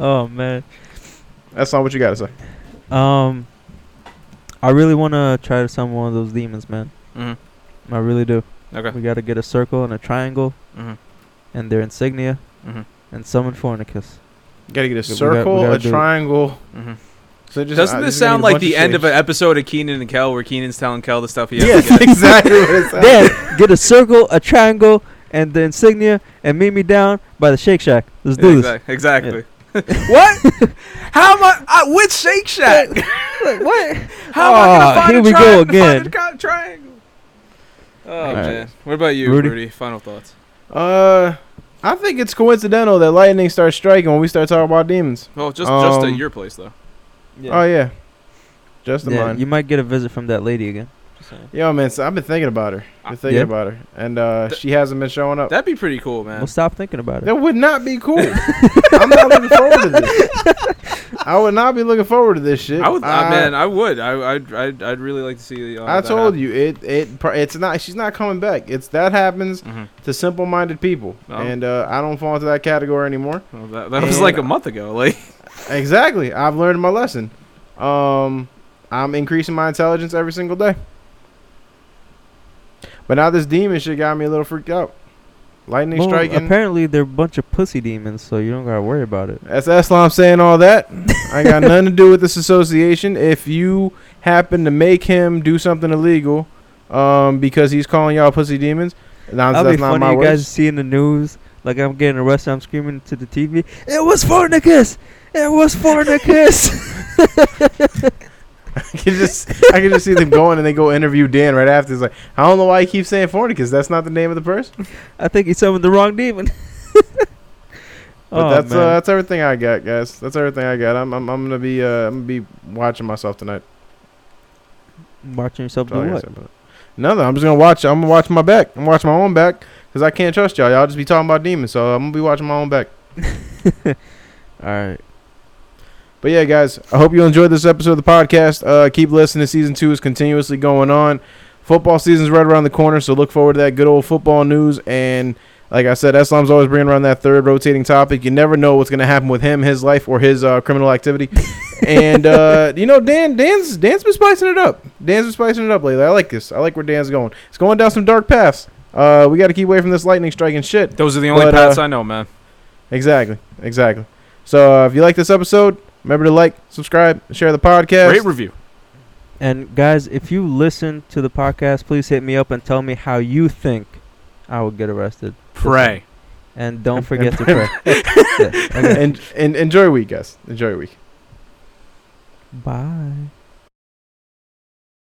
S4: Oh man.
S2: That's not what you got to say.
S4: Um, I really want to try to summon one of those demons, man.
S3: Mm-hmm.
S4: I really do.
S3: Okay.
S4: We gotta get a circle and a triangle
S3: hmm
S4: and their insignia
S3: Mhm.
S4: and summon Fornicus.
S2: Got to get a
S4: got- we
S2: circle,
S4: gotta
S2: a
S4: do it.
S2: triangle.
S3: hmm
S2: So just,
S3: Doesn't
S2: I
S3: this
S2: just gotta get
S3: sound
S2: a
S3: like
S2: bunch
S3: the end of
S2: shit.
S3: an episode of Keenan and Kel, where Keenan's telling Kel the stuff he has to
S2: Yes,
S3: get?
S2: exactly what it sounds.
S4: Dad, get a circle, a triangle, and the insignia, and meet me down by the Shake Shack. Let's do
S3: Yeah,
S4: this.
S3: exac- exactly. what? How am I? I which Shake Shack?
S4: What?
S3: How am I
S4: Ah,
S3: gonna find
S4: here
S3: a
S4: we go
S3: tri- find
S4: again.
S3: a co- triangle. Oh
S4: All right.
S3: man, what about you, Rudy?
S4: Rudy?
S3: Final thoughts.
S2: Uh, I think it's coincidental that lightning starts striking when we start talking about demons.
S3: Well, just just at
S2: Um,
S3: your place though.
S2: Oh yeah, just the
S4: Yeah,
S2: mine.
S4: you might get a visit from that lady again.
S2: Yo, man, so I've been thinking about her.
S3: Uh,
S2: Been thinking
S4: Ah, yeah?
S2: about her, and uh,
S3: Th-
S2: she hasn't been showing up.
S3: That'd be pretty cool, man.
S4: Well, stop thinking about it.
S2: That would not be cool. I'm not looking forward to this. I would not be looking forward to this shit.
S3: I would, uh,
S2: I-
S3: man, I would. I, I'd, I'd, I'd really like to see. Uh,
S2: I told you it. It. pr- It's not. She's not coming back. It's that happens
S3: hmm
S2: to simple-minded people,
S3: No.
S2: and uh, I don't fall into that category anymore.
S3: Well, that, that was like a month ago. Like,
S2: Exactly. I've learned my lesson. Um, I'm increasing my intelligence every single day. But now this demon shit got me a little freaked out. Lightning
S4: Well,
S2: striking.
S4: apparently they're a bunch of pussy demons, so you don't gotta worry about it.
S2: That's Islam saying all that. I got nothing to do with this association. If you happen to make him do something illegal, um, because he's calling y'all pussy demons, nah,
S4: I'll
S2: that's
S4: be
S2: not
S4: funny.
S2: my
S4: You
S2: words.
S4: guys see in the news, like I'm getting arrested, I'm screaming to the TV, "It was Fornicus! It was Fornicus!"
S2: I can just, I can just see them going and they go interview Dan right after. It's like, I don't know why he keeps saying fornicus. That's not the name of the person.
S4: I think he summoned the wrong demon.
S2: But
S4: Oh,
S2: that's uh,
S4: man.
S2: that's everything I got, guys. That's everything I got. I'm I'm, I'm gonna be uh, I'm gonna be watching myself tonight.
S4: watching yourself
S2: That's all I
S4: do
S2: gotta
S4: what?
S2: say about it. Nothing. I'm just gonna watch. I'm gonna watch my back. I'm gonna watch my own back because I can't trust y'all. Y'all just be talking about demons, so I'm gonna be watching my own back.
S4: All right.
S2: But yeah, guys, I hope you enjoyed this episode of the podcast. Uh, keep listening. Season two is continuously going on. Football season's right around the corner, so look forward to that good old football news. And like I said, Eslam's always bringing around that third rotating topic. You never know what's going to happen with him, his life, or his uh, criminal activity. and uh, you know, Dan, Dan's Dan's been spicing it up. Dan's been spicing it up lately. I like this. I like where Dan's going. It's going down some dark paths. Uh, we got to keep away from this lightning strike and shit.
S3: Those are the only
S2: But, uh,
S3: paths I know, man.
S2: Exactly. Exactly. So uh, if you like this episode, remember to like, subscribe, share the podcast.
S3: Great review.
S4: And guys, if you listen to the podcast, please hit me up and tell me how you think I would get arrested.
S3: Pray.
S4: And don't forget to pray. Yeah, okay.
S2: and, and enjoy your week, guys. Enjoy your week.
S4: Bye.